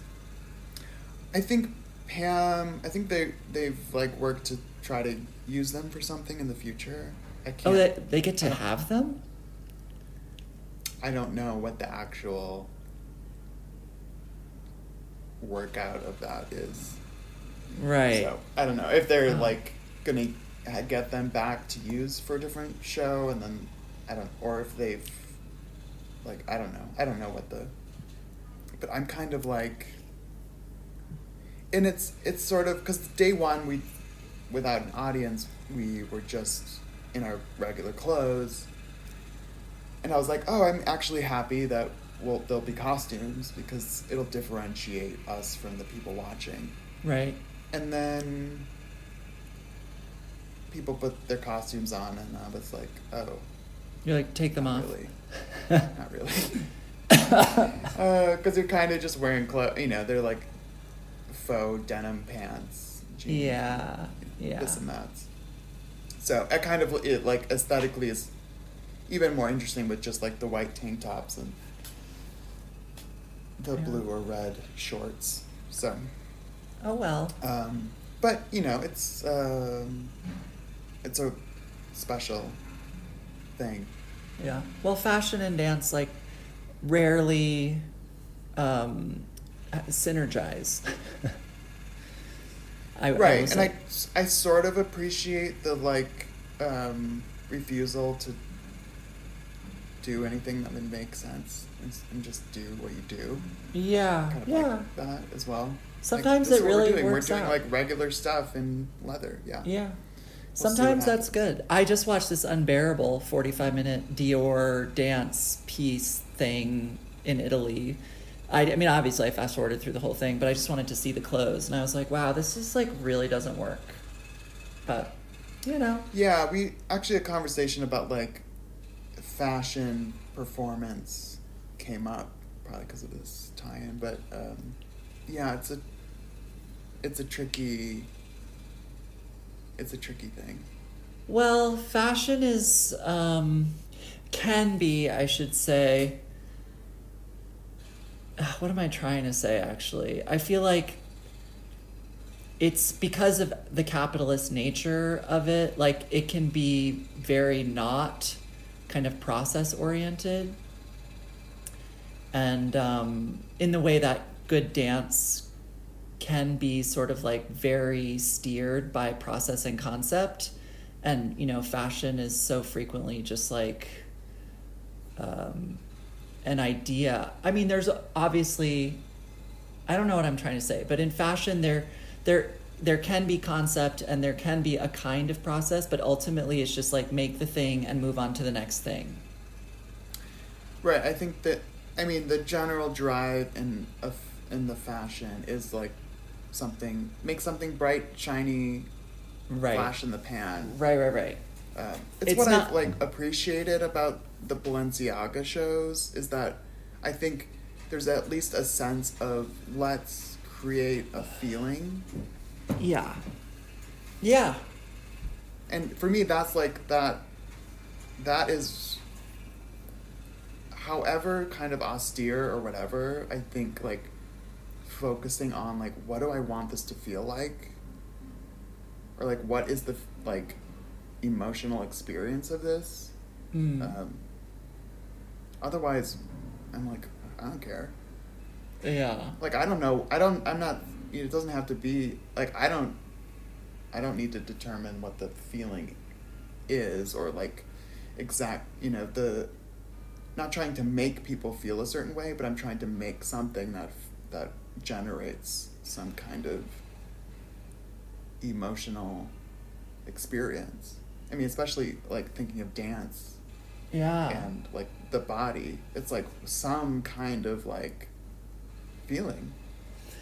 Speaker 1: I think Pam. I think they they've like worked to try to use them for something in the future. I can't.
Speaker 2: Oh, they, they get to have them?
Speaker 1: I don't know what the actual workout of that is.
Speaker 2: Right.
Speaker 1: So I don't know if they're
Speaker 2: Oh.
Speaker 1: like gonna ha- get them back to use for a different show, and then I don't, or if they've like I don't know. I don't know what the. But I'm kind of like. And it's it's sort of because day one we, without an audience, we were just in our regular clothes. And I was like, oh, I'm actually happy that well there'll be costumes because it'll differentiate us from the people watching
Speaker 2: Right.
Speaker 1: and then people put their costumes on, and I was like, oh,
Speaker 2: You're like, take them
Speaker 1: not
Speaker 2: off.
Speaker 1: really, not Uh, really, because they're kind of just wearing clothes. You know, they're like faux denim pants, jeans,
Speaker 2: yeah. Yeah.
Speaker 1: this and that. So I kind of it like aesthetically is even more interesting with just like the white tank tops and the
Speaker 2: Yeah.
Speaker 1: blue or red shorts. So
Speaker 2: Oh, well.
Speaker 1: um, but you know, it's um, it's a special thing.
Speaker 2: Yeah. Well, fashion and dance like rarely um, synergize. I, I will
Speaker 1: right, and
Speaker 2: say.
Speaker 1: I, I sort of appreciate the like um, refusal to do anything that would make sense and, s- and just do what you do.
Speaker 2: yeah
Speaker 1: Kind of
Speaker 2: yeah
Speaker 1: like that as well.
Speaker 2: Sometimes
Speaker 1: like, this
Speaker 2: it
Speaker 1: is what
Speaker 2: really
Speaker 1: we're doing.
Speaker 2: works
Speaker 1: We're doing
Speaker 2: out.
Speaker 1: like regular stuff in leather. Yeah.
Speaker 2: yeah.
Speaker 1: see what
Speaker 2: Sometimes that's
Speaker 1: happens.
Speaker 2: good. I just watched this unbearable 45 minute Dior dance piece thing in Italy. I, I mean, obviously, I fast forwarded through the whole thing, but I just wanted to see the clothes. And I was like, wow, this is like really doesn't work. But, you know,
Speaker 1: Yeah, we actually a conversation about like fashion performance came up probably because of this tie-in, but um, yeah, it's a it's a tricky it's a tricky thing.
Speaker 2: Well, fashion is um, can be, I should say. Ah, What am I trying to say? Actually, I feel like it's because of the capitalist nature of it. Like it can be very not kind of process oriented, and um, in the way that good dance can be sort of like very steered by process and concept and you know fashion is so frequently just like um, an idea i mean there's obviously i don't know what i'm trying to say but in fashion there there there can be concept and there can be a kind of process but ultimately it's just like make the thing and move on to the next thing
Speaker 1: Right, I think that I mean the general drive in of in the fashion is like something make something bright, shiny,
Speaker 2: right
Speaker 1: flash in the pan.
Speaker 2: right right right
Speaker 1: Um, it's,
Speaker 2: It's
Speaker 1: what
Speaker 2: not-
Speaker 1: I've like appreciated about the Balenciaga shows is that I think there's at least a sense of let's create a feeling,
Speaker 2: yeah yeah
Speaker 1: and for me that's like that. That is, however, kind of austere or whatever. I think like focusing on like what do I want this to feel like, or like what is the like emotional experience of this.
Speaker 2: Mm.
Speaker 1: Um, otherwise, I'm like, I don't care.
Speaker 2: yeah
Speaker 1: Like, I don't know. I don't. I'm not. It doesn't have to be like I don't. I don't need to determine what the feeling is or like exact. You know the. Not trying to make people feel a certain way, but I'm trying to make something that that generates some kind of emotional experience. I mean, especially like thinking of dance
Speaker 2: yeah
Speaker 1: and like the body it's like some kind of like feeling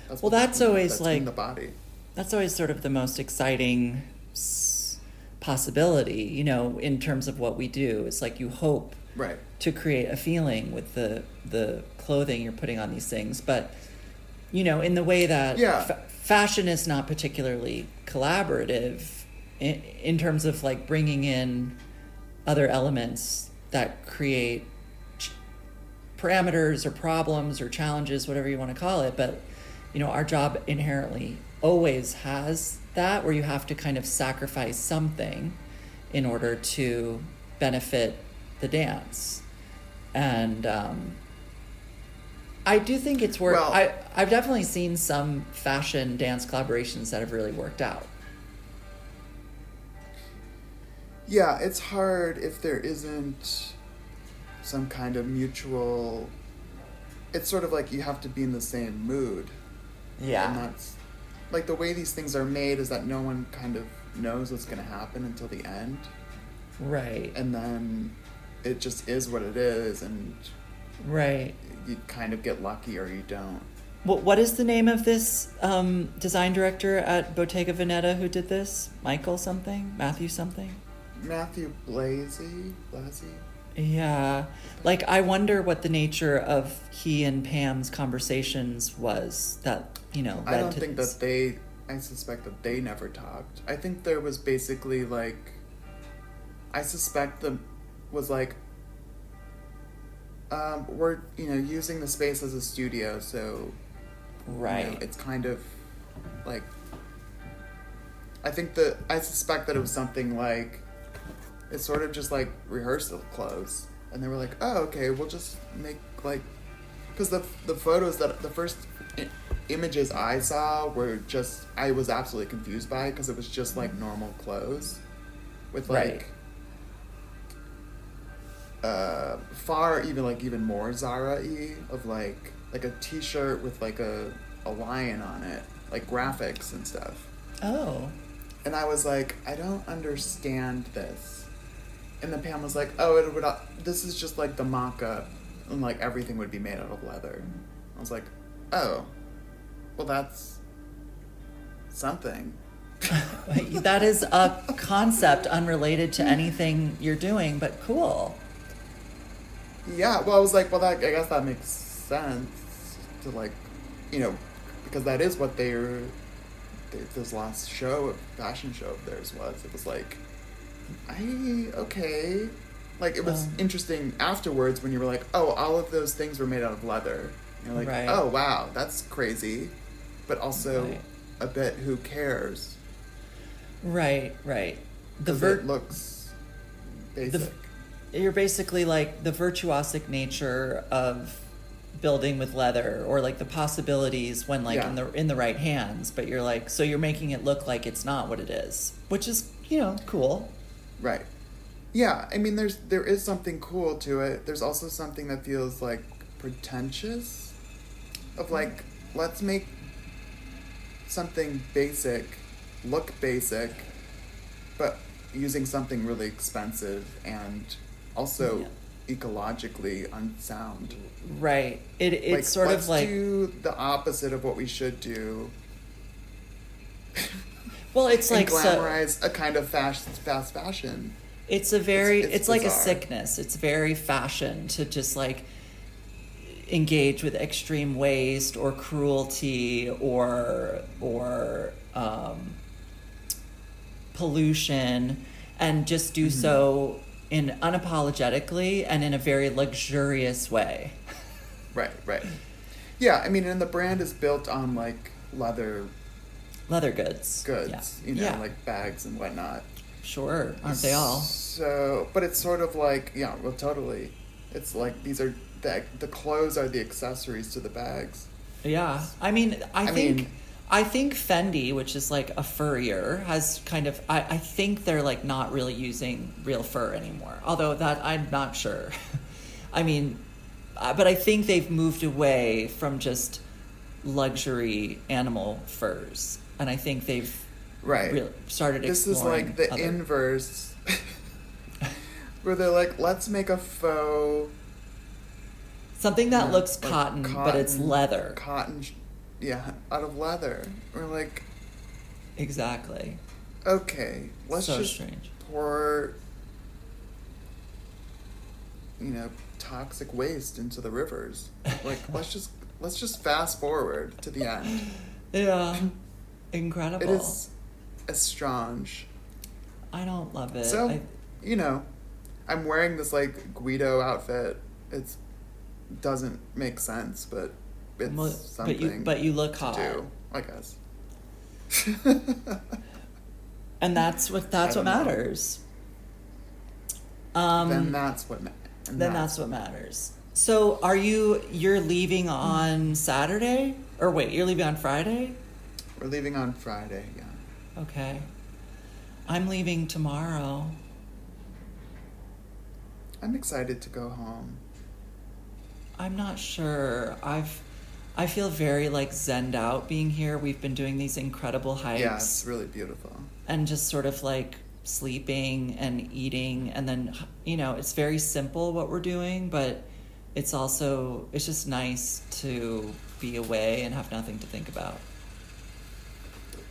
Speaker 1: that's
Speaker 2: Well,
Speaker 1: what-
Speaker 2: that's always,
Speaker 1: that's
Speaker 2: like-
Speaker 1: in the body
Speaker 2: that's always sort of the most exciting s- possibility, you know, in terms of what we do. It's like you hope
Speaker 1: right
Speaker 2: to create a feeling with the the clothing you're putting on these things, but you know, in the way that
Speaker 1: Yeah.
Speaker 2: fa- fashion is not particularly collaborative in, in terms of like bringing in other elements that create ch- parameters or problems or challenges, whatever you want to call it, but you know, our job inherently always has that where you have to kind of sacrifice something in order to benefit the dance. And um, I do think it's worth.
Speaker 1: Well-
Speaker 2: I I've definitely seen some fashion dance collaborations that have really worked out.
Speaker 1: Yeah, it's hard if there isn't some kind of mutual. It's sort of like you have to be in the same mood. And that's like the way these things are made is that no one kind of knows what's going to happen until the end.
Speaker 2: Right.
Speaker 1: And then it just is what it is, and
Speaker 2: Right.
Speaker 1: you kind of get lucky or you don't.
Speaker 2: What what is the name of this um, design director at Bottega Veneta who did this? Michael something? Matthew something?
Speaker 1: Matthew Blazy? Blazy?
Speaker 2: Yeah. Like I wonder what the nature of he and Pam's conversations was that, you know, led
Speaker 1: I don't
Speaker 2: to
Speaker 1: think
Speaker 2: this.
Speaker 1: that they. I suspect that they never talked. I think there was basically like. I suspect the was like. Um, we're you know using the space as a studio, so you know,
Speaker 2: right.
Speaker 1: it's kind of like. I think that I suspect that it was something like. It's sort of just like rehearsal clothes, and they were like, "Oh, okay, we'll just make like," because the the photos that the first i- images I saw were just I was absolutely confused by because it was just like normal clothes, with
Speaker 2: Right.
Speaker 1: like. Uh, far even like even more Zara y of like like a T shirt with like a a lion on it, like graphics and stuff.
Speaker 2: oh.
Speaker 1: And I was like, I don't understand this. And then Pam was like, Oh, it would. This is just like the mock-up, and like everything would be made out of leather. I was like, Oh, well, that's something.
Speaker 2: that is a concept unrelated to anything you're doing, but cool.
Speaker 1: Yeah. Well, I was like, Well, that I guess that makes sense to like, you know, because that is what they were. th- This last show, fashion show of theirs was. It was like, I okay. Like it was
Speaker 2: Um.
Speaker 1: interesting afterwards when you were like, "Oh, all of those things were made out of leather." And you're like,
Speaker 2: Right.
Speaker 1: "Oh, wow, that's crazy," but also
Speaker 2: Right.
Speaker 1: a bit who cares?
Speaker 2: Right, right. The
Speaker 1: 'Cause
Speaker 2: ver-
Speaker 1: it looks
Speaker 2: the-
Speaker 1: basic.
Speaker 2: you're basically like the virtuosic nature of building with leather or like the possibilities when like
Speaker 1: Yeah.
Speaker 2: in the in the right hands but you're like so you're making it look like it's not what it is which is you know cool
Speaker 1: Right. Yeah, I mean there's there is something cool to it. There's also something that feels like pretentious
Speaker 2: Hmm.
Speaker 1: of like let's make something basic look basic but using something really expensive and also ecologically unsound.
Speaker 2: right it it's sort
Speaker 1: let's
Speaker 2: of like
Speaker 1: do the opposite of what we should do.
Speaker 2: well it's
Speaker 1: and
Speaker 2: like so,
Speaker 1: glamorize a kind of fast fast fashion.
Speaker 2: it's a very it's,
Speaker 1: it's
Speaker 2: like a
Speaker 1: bizarre.
Speaker 2: sickness it's very fashion to just like engage with extreme waste or cruelty or or um, pollution and just do
Speaker 1: Mm-hmm.
Speaker 2: so in unapologetically and in a very luxurious way.
Speaker 1: Right, right. Yeah, I mean, and the brand is built on like leather
Speaker 2: Leather goods.
Speaker 1: goods,
Speaker 2: Yeah.
Speaker 1: you know,
Speaker 2: Yeah.
Speaker 1: like bags and whatnot.
Speaker 2: sure, aren't they all?
Speaker 1: So, but it's sort of like yeah, well, totally. It's like these are the the clothes are the accessories to the bags.
Speaker 2: Yeah, I mean, I,
Speaker 1: I
Speaker 2: think
Speaker 1: mean-
Speaker 2: I think Fendi, which is like a furrier, has kind of. I, I think they're like not really using real fur anymore. Although that I'm not sure. I mean, uh, but I think they've moved away from just luxury animal furs, and I think they've
Speaker 1: Right.
Speaker 2: real- started.
Speaker 1: This is like
Speaker 2: exploring
Speaker 1: the
Speaker 2: other-
Speaker 1: inverse, where they're like, let's make a faux
Speaker 2: something that
Speaker 1: Yeah,
Speaker 2: looks
Speaker 1: like
Speaker 2: cotton, but it's
Speaker 1: cotton-
Speaker 2: leather.
Speaker 1: cotton, sh- yeah, out of leather. We're like,
Speaker 2: exactly.
Speaker 1: okay, let's
Speaker 2: so
Speaker 1: just
Speaker 2: strange.
Speaker 1: pour you know toxic waste into the rivers like let's just let's just fast forward to the end
Speaker 2: Yeah, incredible.
Speaker 1: it is estrange
Speaker 2: I don't love it.
Speaker 1: so
Speaker 2: Uh, I,
Speaker 1: you know i'm wearing this like guido outfit it's doesn't make sense but it's
Speaker 2: Mo-
Speaker 1: something.
Speaker 2: but you but you look hot,
Speaker 1: to do, I guess.
Speaker 2: and that's what that's
Speaker 1: I
Speaker 2: what
Speaker 1: don't know.
Speaker 2: matters. Um,
Speaker 1: then that's what. Ma- and
Speaker 2: then that's what matters. So are you you're leaving on Saturday or wait, you're leaving on Friday?
Speaker 1: We're leaving on Friday. Yeah.
Speaker 2: Okay. I'm leaving tomorrow.
Speaker 1: I'm excited to go home.
Speaker 2: I'm not sure. I've I feel very like zened out being here. We've been doing these incredible hikes
Speaker 1: Yeah, it's really beautiful.
Speaker 2: and just sort of like sleeping and eating and then you know, it's very simple what we're doing, but it's also it's just nice to be away and have nothing to think about.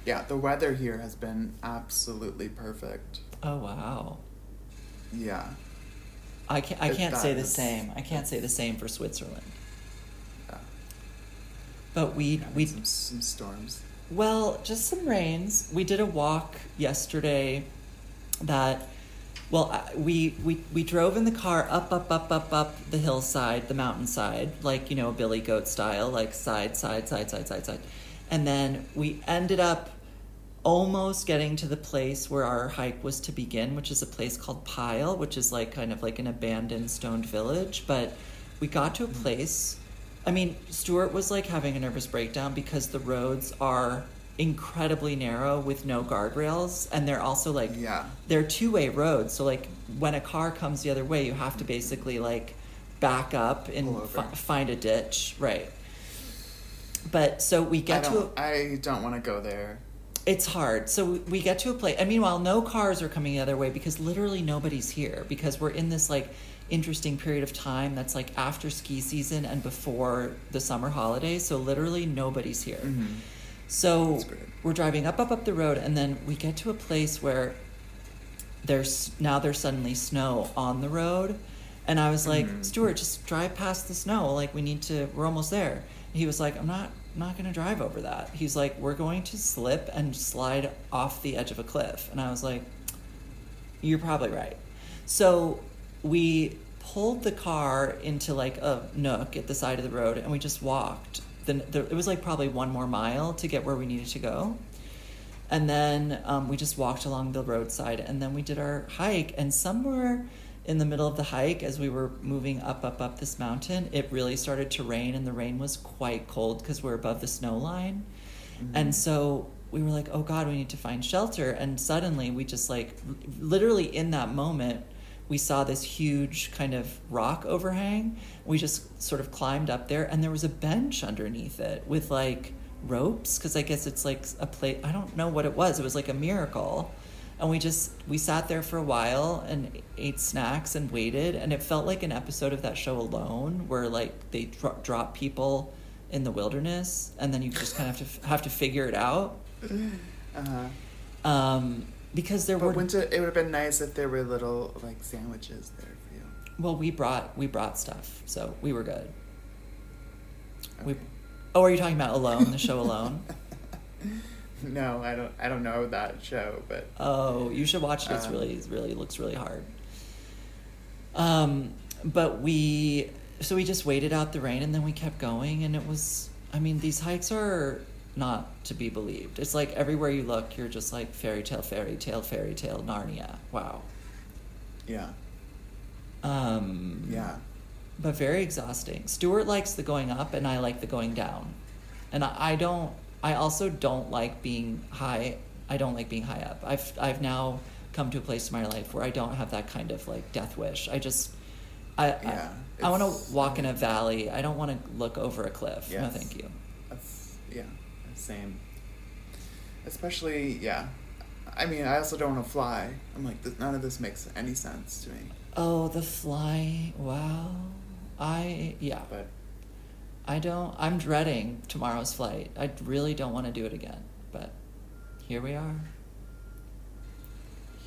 Speaker 1: Yeah, the weather here has been absolutely perfect.
Speaker 2: Oh wow.
Speaker 1: Yeah.
Speaker 2: I can't. I
Speaker 1: It
Speaker 2: can't say the
Speaker 1: does.
Speaker 2: same. I can't say the same for Switzerland.
Speaker 1: yeah.
Speaker 2: But we
Speaker 1: Having
Speaker 2: we
Speaker 1: some, some storms.
Speaker 2: well just some rains. We did a walk yesterday. That well I- we we we drove in the car up up up up up the hillside the mountainside like you know Billy Goat style like side side side side side side, and then we ended up almost getting to the place where our hike was to begin, which is a place called Pile, which is like kind of like an abandoned stoned village. But we got to a place. I mean, Stuart was like having a nervous breakdown because the roads are incredibly narrow with no guardrails, and they're also like
Speaker 1: Yeah.
Speaker 2: they're two way roads. So like when a car comes the other way, you have to basically like back up
Speaker 1: Pull
Speaker 2: and
Speaker 1: over.
Speaker 2: fi- find a ditch, right? But so we get
Speaker 1: I
Speaker 2: to a,
Speaker 1: don't. I don't want to go there.
Speaker 2: it's hard. So we- we get to a place, and meanwhile, no cars are coming the other way because literally nobody's here because we're in this like interesting period of time that's like after ski season and before the summer holidays. So literally nobody's here.
Speaker 1: Mhm.
Speaker 2: So
Speaker 1: That's great.
Speaker 2: we're driving up, up, up the road, and then we get to a place where there's now there's suddenly snow on the road, and I was like,
Speaker 1: Mhm.
Speaker 2: Stuart, just drive past the snow. Like we need to, we're almost there. And he was like, I'm not, I'm not gonna drive over that. He's like, we're going to slip and slide off the edge of a cliff, and I was like, you're probably right. So we pulled the car into like a nook at the side of the road and we just walked. Then there, it was like probably one more mile to get where we needed to go. And then um, we just walked along the roadside and then we did our hike. And somewhere in the middle of the hike, as we were moving up, up, up this mountain, it really started to rain and the rain was quite cold because we're above the snow line. And so we were like, oh God, we need to find shelter. And suddenly we just like, l- literally in that moment, we saw this huge kind of rock overhang. We just sort of climbed up there and there was a bench underneath it with like ropes. Cause I guess it's like a plate. I don't know what it was. It was like a miracle. And we just, we sat there for a while and ate snacks and waited. And it felt like an episode of that show Alone where like they dro- drop people in the wilderness, and then you just kind of have to have to figure it out.
Speaker 1: Uh huh.
Speaker 2: Um, because there
Speaker 1: But
Speaker 2: were
Speaker 1: wouldn't it, it would have been nice if there were little like sandwiches there for you.
Speaker 2: well, we brought we brought stuff, so we were good. We,
Speaker 1: Okay.
Speaker 2: oh, are you talking about Alone, the show Alone?
Speaker 1: No, I don't. I don't know that show, but
Speaker 2: Oh, you should watch it. It's
Speaker 1: Um,
Speaker 2: really, it's really it looks really hard. Um, but we, so we just waited out the rain and then we kept going. And it was, I mean, these hikes are not to be believed. It's like everywhere you look, you're just like fairy tale, fairy tale, fairy tale, Narnia. Wow.
Speaker 1: yeah,
Speaker 2: Um,
Speaker 1: yeah.
Speaker 2: But very exhausting. Stuart likes the going up and I like the going down. And I, I don't, I also don't like being high. I don't like being high up. I've, I've now come to a place in my life where I don't have that kind of like death wish. I just, I,
Speaker 1: Yeah,
Speaker 2: I, I want
Speaker 1: it's-
Speaker 2: to walk in a valley. I don't want to look over a cliff. No,
Speaker 1: Yes.
Speaker 2: thank you.
Speaker 1: That's yeah, same. Especially yeah, I mean I also don't want to fly. I'm like th- none of this makes any sense to me.
Speaker 2: Oh, the fly. Wow. I, yeah.
Speaker 1: But
Speaker 2: I don't. I'm dreading tomorrow's flight. I really don't want to do it again. But here we are.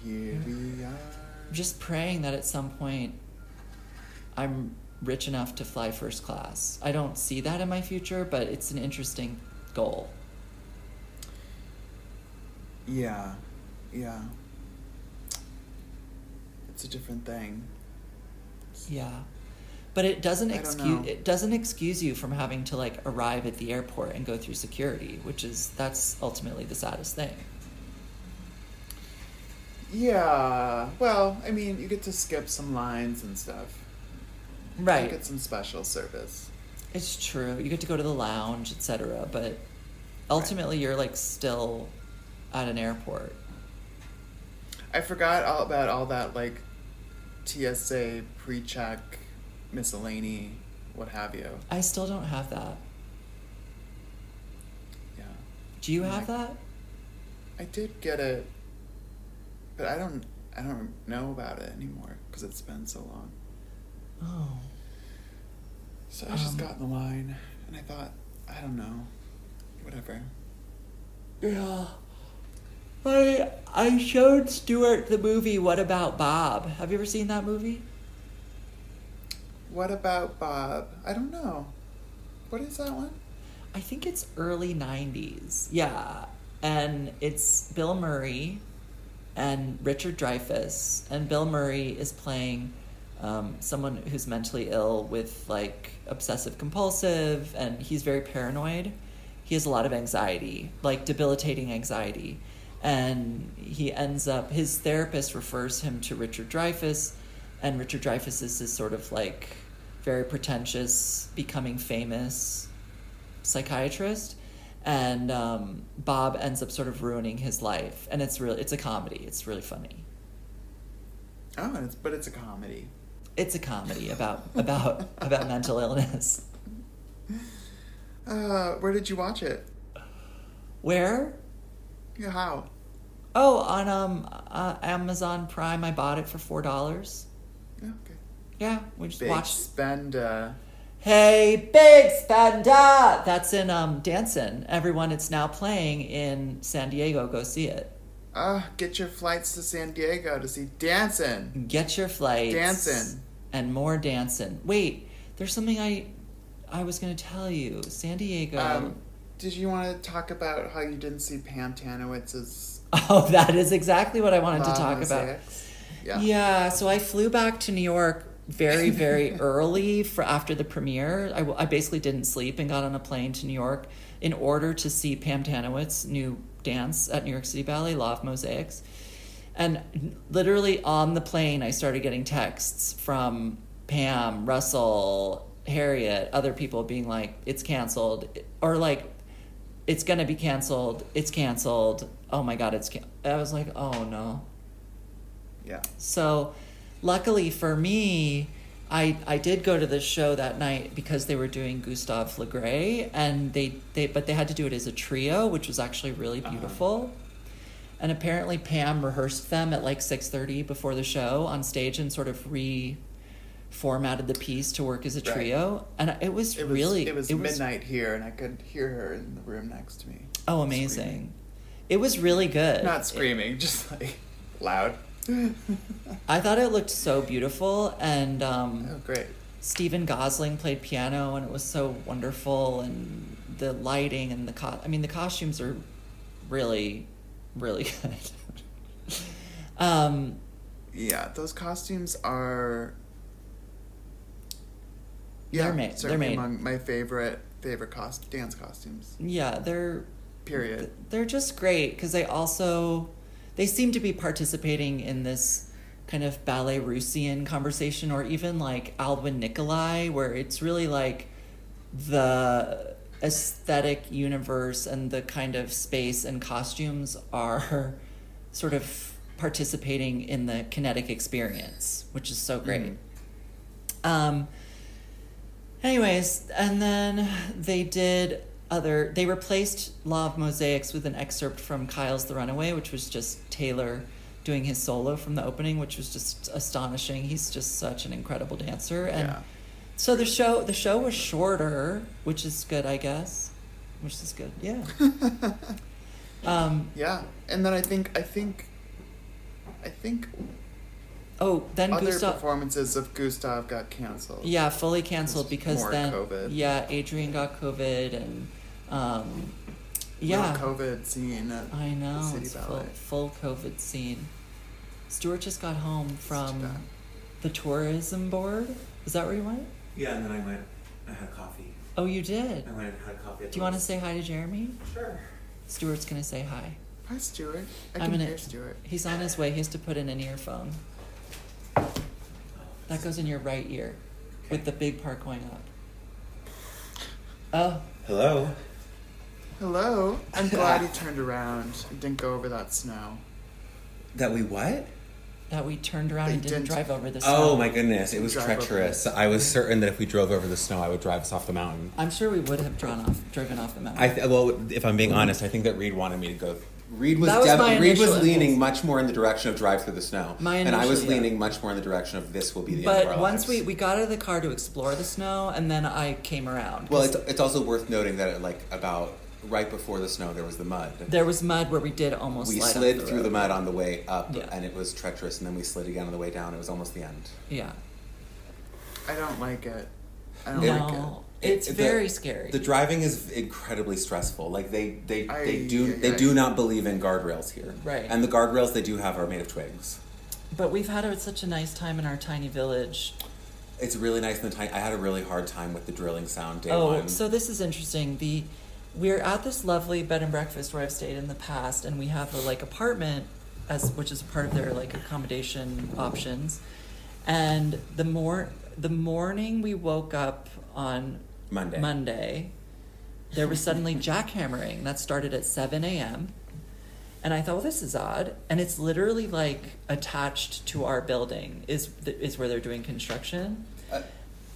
Speaker 1: here we are.
Speaker 2: Hmm. Just praying that at some point I'm rich enough to fly first class. I don't see that in my future, but it's an interesting goal.
Speaker 1: yeah, yeah. It's a different thing.
Speaker 2: Yeah. But it doesn't
Speaker 1: I don't
Speaker 2: excuse
Speaker 1: know.
Speaker 2: it doesn't excuse you from having to like arrive at the airport and go through security, which is that's ultimately the saddest thing.
Speaker 1: Yeah. Well, I mean, you get to skip some lines and stuff. You
Speaker 2: Right.
Speaker 1: get some special service.
Speaker 2: It's true. You get to go to the lounge, etc. But ultimately, you're like still at an airport.
Speaker 1: I forgot all about all that like TSA pre-check miscellany, what have you.
Speaker 2: I still don't have that.
Speaker 1: Yeah.
Speaker 2: Do you have
Speaker 1: Yeah.
Speaker 2: that?
Speaker 1: I did get it, but I don't I don't know about it anymore because it's been so long.
Speaker 2: Oh,
Speaker 1: So I just
Speaker 2: Um.
Speaker 1: got in the line and I thought, I don't know, whatever.
Speaker 2: yeah. I I showed Stuart the movie. What about Bob? Have you ever seen that movie?
Speaker 1: What about Bob? I don't know. What is that one?
Speaker 2: I think it's early 90s. Yeah. And it's Bill Murray and Richard Dreyfuss. And Bill Murray is playing um, someone who's mentally ill with like obsessive compulsive, and he's very paranoid. He has a lot of anxiety, like debilitating anxiety. And he ends up, his therapist refers him to Richard Dreyfuss, and Richard Dreyfuss is this sort of like very pretentious, becoming famous psychiatrist and um, bob ends up sort of ruining his life and it's really it's a comedy it's really funny
Speaker 1: Oh, and it's but it's a comedy.
Speaker 2: it's a comedy about about about mental illness
Speaker 1: Uh, where did you watch it?
Speaker 2: where
Speaker 1: Yeah, how?
Speaker 2: oh on um uh, amazon prime i bought it for four dollars
Speaker 1: Yeah, okay.
Speaker 2: yeah we just
Speaker 1: Big
Speaker 2: watched
Speaker 1: spend. Uh,
Speaker 2: Hey, big spender! That's in um, Dancin'. Everyone, it's now playing in San Diego. Go see it.
Speaker 1: ah, get your flights to San Diego to see dancing.
Speaker 2: Get your flights.
Speaker 1: Dancin'.
Speaker 2: And more dancing. Wait, there's something I I was gonna tell you. San Diego.
Speaker 1: Um, did you want to talk about how you didn't see Pam Tanowitz's?
Speaker 2: oh, that is exactly what I wanted to
Speaker 1: Bob
Speaker 2: talk about.
Speaker 1: uh, Mosaics? Yeah.
Speaker 2: so I flew back to New York very, very early for after the premiere. I, w- I basically didn't sleep and got on a plane to New York in order to see Pam Tanowitz's new dance at New York City Ballet, Law of Mosaics. And literally on the plane, I started getting texts from Pam, Russell, Harriet, other people being like, it's canceled, or like, it's gonna be canceled, it's canceled, oh my god, it's can-. I was like, oh no.
Speaker 1: Yeah.
Speaker 2: So, luckily for me, I I did go to the show that night because they were doing Gustave Flegre, and they they but they had to do it as a trio, which was actually really
Speaker 1: Uh-huh.
Speaker 2: beautiful. And apparently Pam rehearsed them at like six thirty before the show on stage and sort of re formatted the piece to work as a
Speaker 1: Right.
Speaker 2: trio and it was,
Speaker 1: It was
Speaker 2: really
Speaker 1: it was midnight here, and I could hear her in the room next to me.
Speaker 2: oh amazing it was really good
Speaker 1: Not
Speaker 2: It-
Speaker 1: screaming, just like loud.
Speaker 2: i thought it looked so beautiful and um
Speaker 1: Oh, great.
Speaker 2: Stephen Gosling played piano, and it was so wonderful, and the lighting and the co- I mean, the costumes are really, really good. um,
Speaker 1: Yeah, those costumes are. Yeah,
Speaker 2: They're made- they're
Speaker 1: certainly
Speaker 2: made.
Speaker 1: among my favorite favorite cost dance costumes.
Speaker 2: yeah, they're
Speaker 1: Period.
Speaker 2: they're just great because they also they seem to be participating in this kind of ballet Russian conversation, or even like Alvin Nikolai, where it's really like the aesthetic universe and the kind of space and costumes are sort of participating in the kinetic experience, which is so great. Um, anyways, and then they did other, they replaced Law of Mosaics with an excerpt from Kyle's The Runaway, which was just Taylor doing his solo from the opening, which was just astonishing. He's just such an incredible dancer. And
Speaker 1: yeah.
Speaker 2: so the show the show was shorter, which is good, I guess. Which is good, yeah. um,
Speaker 1: Yeah, and then I think I think, I think
Speaker 2: oh, then
Speaker 1: other
Speaker 2: Gustav.
Speaker 1: performances of Gustav got canceled.
Speaker 2: Yeah, fully canceled because
Speaker 1: More
Speaker 2: then
Speaker 1: COVID.
Speaker 2: yeah, Adrian got COVID and um,
Speaker 1: Little
Speaker 2: yeah,
Speaker 1: COVID scene. At
Speaker 2: I know
Speaker 1: The City
Speaker 2: it's full,
Speaker 1: Ballet.
Speaker 2: full COVID scene. Stuart just got home
Speaker 1: It's too
Speaker 2: from
Speaker 1: bad.
Speaker 2: the tourism board. Is that where you went?
Speaker 3: Yeah, and then I went. I had coffee.
Speaker 2: Oh, you did.
Speaker 3: I went and had coffee. At
Speaker 2: Do you want to say hi to Jeremy?
Speaker 3: Sure.
Speaker 2: Stuart's gonna say hi.
Speaker 1: Hi, Stuart. I
Speaker 2: I'm
Speaker 1: can
Speaker 2: gonna-
Speaker 1: hear Stuart.
Speaker 2: He's on his way. He has to put in an earphone. That goes in your right ear, with the big part going up. Oh,
Speaker 3: Hello.
Speaker 1: Hello. I'm glad you turned around and didn't go over that snow.
Speaker 3: That we what?
Speaker 2: that we turned around
Speaker 1: They
Speaker 2: and didn't,
Speaker 1: didn't-
Speaker 2: drive over the snow.
Speaker 3: Oh my goodness, it was
Speaker 1: Drive over.
Speaker 3: treacherous. I was certain that if we drove over the snow, I would drive us off the mountain.
Speaker 2: I'm sure we would have drawn off, driven off the mountain.
Speaker 3: I th- well, if I'm being
Speaker 1: Mm-hmm.
Speaker 3: honest, I think that Reed wanted me to go. Reed was,
Speaker 2: That was
Speaker 3: def-
Speaker 2: my
Speaker 3: Reed was
Speaker 2: initial
Speaker 3: leaning
Speaker 2: impulse.
Speaker 3: much more in the direction of drive through the snow,
Speaker 2: My
Speaker 3: and I
Speaker 2: initial,
Speaker 3: was
Speaker 2: yeah.
Speaker 3: leaning much more in the direction of this will be the end of
Speaker 2: but
Speaker 3: our
Speaker 2: once we,
Speaker 3: lives.
Speaker 2: we got out of the car to explore the snow, and then I came around.
Speaker 3: well, it's, it's also worth noting that like about right before the snow, there was the mud.
Speaker 2: there was mud where we did almost
Speaker 3: we
Speaker 2: slide off
Speaker 3: slid
Speaker 2: the
Speaker 3: through the
Speaker 2: road.
Speaker 3: mud on the way up,
Speaker 2: Yeah.
Speaker 3: and it was treacherous, and then we slid again on the way down. It was almost the end.
Speaker 2: Yeah.
Speaker 1: I don't like it. I don't like it.
Speaker 2: No,
Speaker 3: uh, It-
Speaker 2: it's
Speaker 3: the-
Speaker 2: very scary.
Speaker 3: The driving is incredibly stressful. Like they they, they
Speaker 1: Aye,
Speaker 3: do
Speaker 1: aye,
Speaker 3: they
Speaker 1: aye.
Speaker 3: do not believe in guardrails here.
Speaker 2: Right.
Speaker 3: And the guardrails they do have are made of twigs.
Speaker 2: but we've had a, such a nice time in our tiny village.
Speaker 3: It's really nice and the tiny. I had a really hard time with the drilling sound day
Speaker 2: Oh,
Speaker 3: one.
Speaker 2: so this is interesting. The we're at this lovely bed and breakfast where I've stayed in the past, and we have a like apartment as which is part of their like accommodation options. And the more the morning we woke up on
Speaker 3: Monday.
Speaker 2: Monday, there was suddenly jackhammering that started at seven a.m. And I thought, well, this is odd. And it's literally like attached to our building is is where they're doing construction.
Speaker 3: Uh,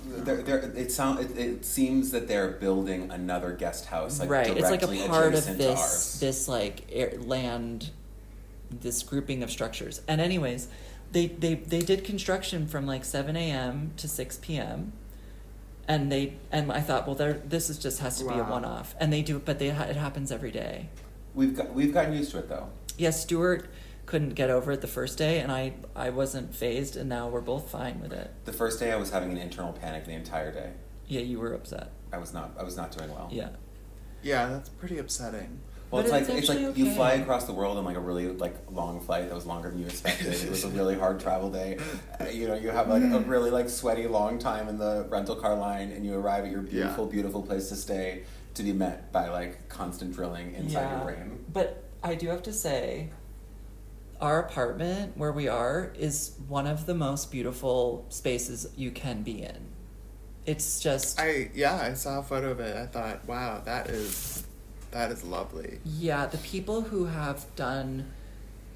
Speaker 3: there, there, it sound it, it seems that they're building another guest house like
Speaker 2: right it's like
Speaker 3: directly
Speaker 2: a part of
Speaker 3: adjacent to
Speaker 2: this
Speaker 3: ours.
Speaker 2: this like air, land this grouping of structures and anyways they they they did construction from like 7 a.m to 6 p.m and they and i thought well there this is just has to be a
Speaker 1: Wow.
Speaker 2: one-off and they do but they ha- it happens every day
Speaker 3: We've got we've gotten used to it though.
Speaker 2: yes stuart couldn't get over it the first day and i i wasn't phased and now we're both fine with it
Speaker 3: The first day I was having an internal panic the entire day.
Speaker 2: yeah you were upset
Speaker 3: I was not I was not doing well.
Speaker 2: yeah
Speaker 1: Yeah, that's pretty upsetting.
Speaker 3: Well,
Speaker 2: But it's
Speaker 3: it's, like it's like
Speaker 2: actually
Speaker 3: you fly
Speaker 2: okay.
Speaker 3: across the world on like a really like long flight that was longer than you expected. it was a really hard travel day. Uh, You know, you have like a really like sweaty long time in the rental car line, and you arrive at your beautiful,
Speaker 1: Yeah.
Speaker 3: beautiful place to stay to be met by like constant drilling inside your brain.
Speaker 2: But I do have to say, our apartment where we are is one of the most beautiful spaces you can be in. It's just,
Speaker 1: I yeah, I saw a photo of it. I thought, wow, that is that is lovely.
Speaker 2: yeah, the people who have done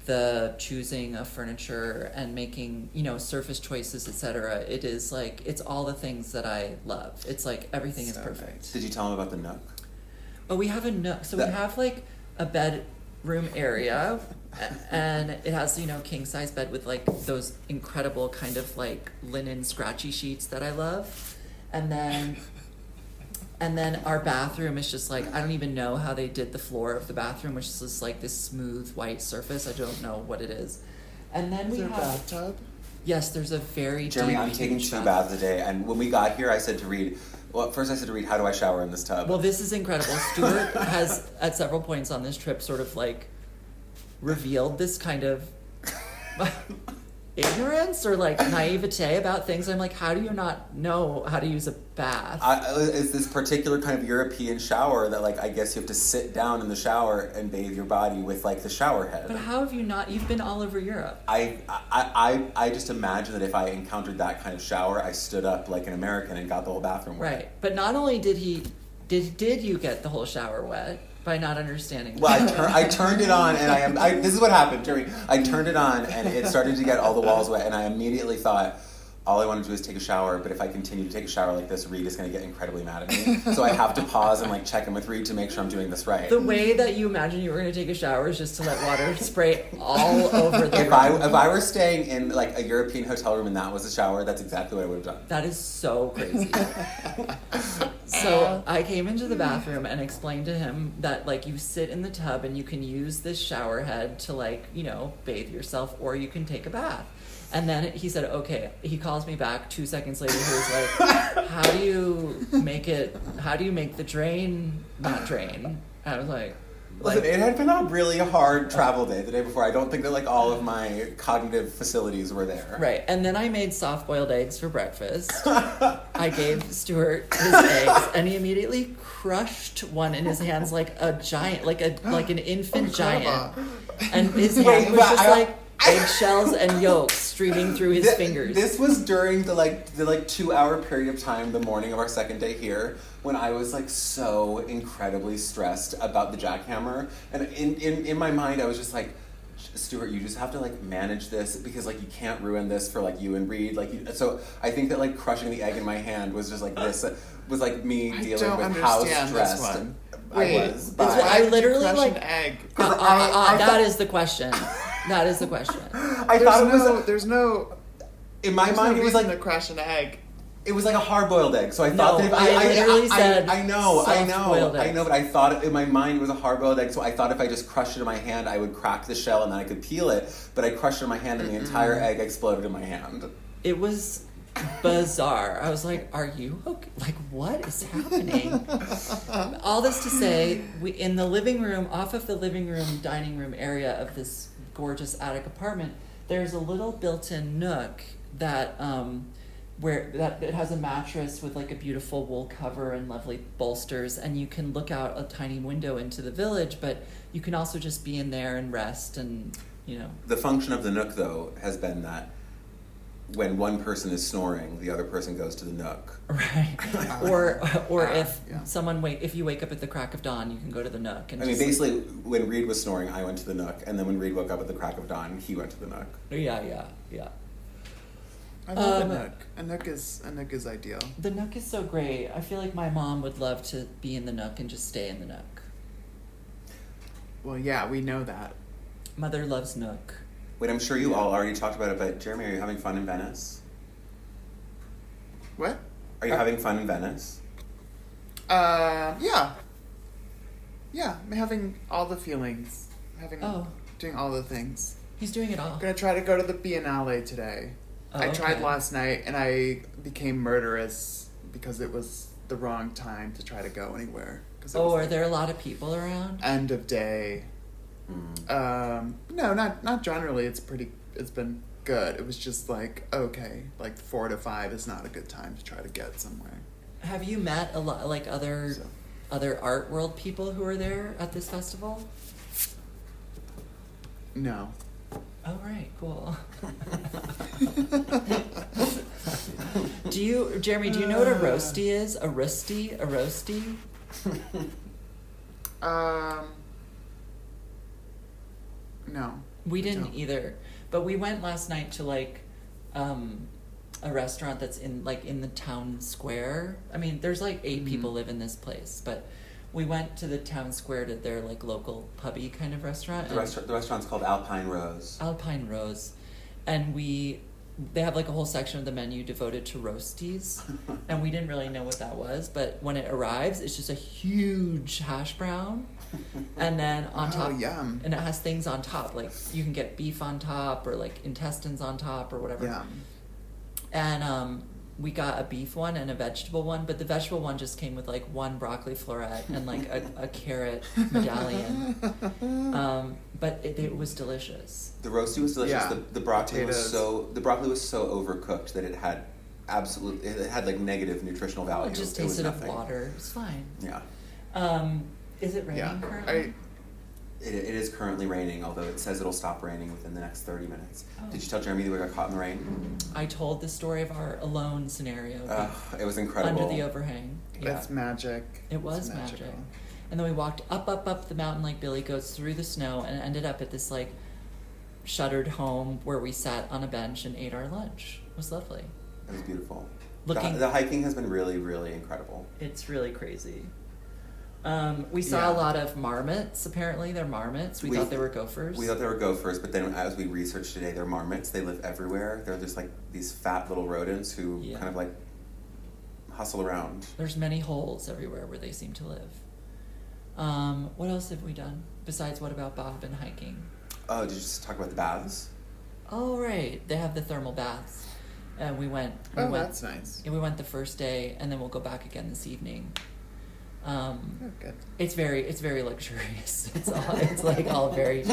Speaker 2: the choosing of furniture and making you know surface choices etc it is like it's all the things that i love it's like everything is
Speaker 1: So
Speaker 2: perfect
Speaker 3: Did you tell him about the nook?
Speaker 2: But we have a nook, so
Speaker 3: That-
Speaker 2: we have like a bedroom area, and it has you know king size bed with like those incredible kind of like linen scratchy sheets that I love, and then. And then our bathroom is just like I don't even know how they did the floor of the bathroom, which is just like this smooth white surface. I don't know what it is. And then
Speaker 1: Is
Speaker 2: we
Speaker 1: there a
Speaker 2: have
Speaker 1: bathtub?
Speaker 2: yes, there's a very
Speaker 3: Jeremy,
Speaker 2: deep
Speaker 3: I'm taking
Speaker 2: huge
Speaker 3: two
Speaker 2: bath-
Speaker 3: baths a day, and when we got here, I said to Reed, well, at first I said to Reed, how do I shower in this tub?
Speaker 2: Well, this is incredible. Stuart has, at several points on this trip, sort of like revealed this kind of ignorance or like naivete about things. I'm like, how do you not know how to use a bath?
Speaker 3: I, it's this particular kind of European shower that, like, I guess you have to sit down in the shower and bathe your body with, like, the shower head.
Speaker 2: but how have you not? You've been all over Europe.
Speaker 3: I, I, I, I just imagine that if I encountered that kind of shower, I stood up like an American and got the whole bathroom wet.
Speaker 2: Right. But not only did he, did, did you get the whole shower wet by not understanding?
Speaker 3: Well, I, tur- I turned it on and I am. I, this is what happened, Jeremy. I turned it on and it started to get all the walls wet, and I immediately thought, all I want to do is take a shower. But if I continue to take a shower like this, Reed is going to get incredibly mad at me. So I have to pause and like check in with Reed to make sure I'm doing this right.
Speaker 2: the way that you imagine you were going to take a shower is just to let water spray all over the
Speaker 3: If
Speaker 2: room.
Speaker 3: I if I were staying in like a European hotel room and that was a shower, that's exactly what I would have done.
Speaker 2: That is so crazy. so I came into the bathroom and explained to him that like you sit in the tub and you can use this shower head to like, you know, bathe yourself or you can take a bath. And then he said, "Okay." He calls me back 2 seconds later. He was like, "How do you make it how do you make the drain not drain?" I was like,
Speaker 3: Listen,
Speaker 2: Like,
Speaker 3: it had been a really hard travel day the day before. I don't think that like all of my cognitive facilities were there.
Speaker 2: right. And then I made soft boiled eggs for breakfast. I gave Stuart his eggs, and he immediately crushed one in his hands like a giant, like a like an infant giant. And his
Speaker 3: Wait,
Speaker 2: hand was
Speaker 3: but
Speaker 2: just
Speaker 3: I-
Speaker 2: like eggshells and yolks streaming through his
Speaker 3: Thi-
Speaker 2: fingers.
Speaker 3: This was during the like the like two hour period of time, the morning of our second day here, when I was like so incredibly stressed about the jackhammer, and in in, in my mind I was just like. Stuart, you just have to like manage this because like you can't ruin this for like you and Reed. Like you, so, I think that like crushing the egg in my hand was just like this was like me
Speaker 1: I
Speaker 3: dealing
Speaker 1: don't
Speaker 3: with how
Speaker 1: understand this
Speaker 3: stressed
Speaker 1: one.
Speaker 3: I
Speaker 1: Wait,
Speaker 3: was.
Speaker 1: it's
Speaker 3: by-
Speaker 2: what I
Speaker 1: Why did you
Speaker 2: literally,
Speaker 1: crush
Speaker 2: like-
Speaker 1: an egg.
Speaker 2: Uh, uh, uh,
Speaker 3: I- I
Speaker 2: that
Speaker 3: thought-
Speaker 2: is the question. That is the question.
Speaker 3: I
Speaker 1: There's
Speaker 3: thought it was
Speaker 1: no, there's no.
Speaker 3: in my
Speaker 1: There's
Speaker 3: mind.
Speaker 1: no
Speaker 3: it was
Speaker 1: reason
Speaker 3: like
Speaker 1: to crash an egg.
Speaker 3: It was like a hard boiled egg, so I
Speaker 2: No,
Speaker 3: thought that if
Speaker 2: I literally
Speaker 3: I,
Speaker 2: said
Speaker 3: I, know, I know,
Speaker 2: soft-boiled
Speaker 3: I
Speaker 2: eggs.
Speaker 3: know, but I thought in my mind it was a hard boiled egg, so I thought if I just crushed it in my hand, I would crack the shell and then I could peel it. But I crushed it in my hand, and the entire egg exploded in my hand.
Speaker 2: It was bizarre. I was like, "Are you okay? Like, what is happening?" All this to say, we in the living room, off of the living room, dining room area of this gorgeous attic apartment, there's a little built-in nook that um, where that it has a mattress with like a beautiful wool cover and lovely bolsters, and you can look out a tiny window into the village, but you can also just be in there and rest and you know
Speaker 3: The function of the nook, though, has been that when one person is snoring, the other person goes to the nook.
Speaker 2: Right. or or if
Speaker 1: yeah.
Speaker 2: someone wake if you wake up at the crack of dawn, you can go to the nook and
Speaker 3: I mean,
Speaker 2: just, like-
Speaker 3: basically, when Reed was snoring, I went to the nook, and then when Reed woke up at the crack of dawn, he went to the nook.
Speaker 2: yeah, yeah, yeah.
Speaker 1: I love
Speaker 2: Um,
Speaker 1: a nook. A nook is a nook is ideal.
Speaker 2: The nook is so great. I feel like my mom would love to be in the nook and just stay in the nook.
Speaker 1: Well, yeah, we know that.
Speaker 2: Mother loves nook.
Speaker 3: Wait, I'm sure you all already talked about it, but Jeremy, are you having fun in Venice?
Speaker 1: What?
Speaker 3: Are you
Speaker 1: Uh,
Speaker 3: having fun in Venice?
Speaker 1: Um, yeah. Yeah, I'm having all the feelings. Having
Speaker 2: Oh.
Speaker 1: doing all the things.
Speaker 2: He's doing it all.
Speaker 1: I'm gonna try to go to the Biennale today.
Speaker 2: Oh,
Speaker 1: I tried
Speaker 2: okay.
Speaker 1: last night and I became murderous because it was the wrong time to try to go anywhere. 'Cause it
Speaker 2: Oh,
Speaker 1: was,
Speaker 2: are
Speaker 1: like,
Speaker 2: there a lot of people around?
Speaker 1: end of day.
Speaker 2: Mm.
Speaker 1: Um, no, not not generally. It's pretty. It's been good. It was just like okay, like four to five is not a good time to try to get somewhere.
Speaker 2: Have you met a lot like other
Speaker 1: So.
Speaker 2: other art world people who are there at this festival?
Speaker 1: No.
Speaker 2: Oh right, cool. do you Jeremy, do you know what a roasty is? A roasty? A roasty?
Speaker 1: Um. No.
Speaker 2: We didn't
Speaker 1: Don't.
Speaker 2: either, but we went last night to like um, a restaurant that's in like in the town square. I mean, there's like 8
Speaker 3: Mm-hmm.
Speaker 2: people live in this place, but we went to the town square to their like local pubby kind of restaurant.
Speaker 3: The,
Speaker 2: and-
Speaker 3: restaurant, the restaurant's called Alpine Rose.
Speaker 2: Alpine Rose, and we they have like a whole section of the menu devoted to roasties, and we didn't really know what that was, but when it arrives, it's just a huge hash brown, and then on
Speaker 1: Oh,
Speaker 2: top,
Speaker 1: yum.
Speaker 2: and it has things on top, like you can get beef on top or like intestines on top or whatever,
Speaker 1: Yeah.
Speaker 2: and um. We got a beef one and a vegetable one, but the vegetable one just came with like one broccoli floret and like a, a carrot medallion. Um, but it, it was delicious.
Speaker 3: The roasty was delicious.
Speaker 1: Yeah.
Speaker 3: The, the broccoli was
Speaker 1: Potatoes.
Speaker 3: so the broccoli was so overcooked that it had absolutely it had like negative nutritional
Speaker 2: Oh,
Speaker 3: value.
Speaker 2: It just
Speaker 3: was
Speaker 2: tasted of
Speaker 3: nothing.
Speaker 2: water. It's fine.
Speaker 3: Yeah,
Speaker 2: Um, is it raining
Speaker 1: yeah.
Speaker 2: currently?
Speaker 1: I
Speaker 3: it, it is currently raining, although it says it'll stop raining within the next thirty minutes.
Speaker 2: Oh.
Speaker 3: Did you tell Jeremy that we got caught in the rain?
Speaker 2: I told the story of our alone scenario
Speaker 3: Uh, it was incredible.
Speaker 2: under the overhang. Yeah.
Speaker 1: It's magic.
Speaker 2: it was
Speaker 1: It's
Speaker 2: magic.
Speaker 1: magical.
Speaker 2: And then we walked up, up, up the mountain like Billy goes through the snow and ended up at this like shuttered home where we sat on a bench and ate our lunch. It was lovely.
Speaker 3: It was beautiful.
Speaker 2: Looking-
Speaker 3: the, the hiking has been really, really incredible.
Speaker 2: It's really crazy. Um, we saw a
Speaker 1: Yeah.
Speaker 2: lot of marmots. Apparently, they're marmots. We,
Speaker 3: We-
Speaker 2: thought they were gophers.
Speaker 3: We thought they were gophers, but then as we researched today, they're marmots. They live everywhere. They're just like these fat little rodents who
Speaker 2: Yeah.
Speaker 3: kind of like hustle around.
Speaker 2: There's many holes everywhere where they seem to live. Um, what else have we done besides what about Bob and hiking?
Speaker 3: Oh, did you just talk about the baths?
Speaker 2: Oh right, they have the thermal baths, and we went. We
Speaker 1: Oh,
Speaker 2: went,
Speaker 1: that's nice.
Speaker 2: yeah, we went the first day, and then we'll go back again this evening. Um,
Speaker 1: Oh, good.
Speaker 2: it's very it's very luxurious. It's all it's like all very.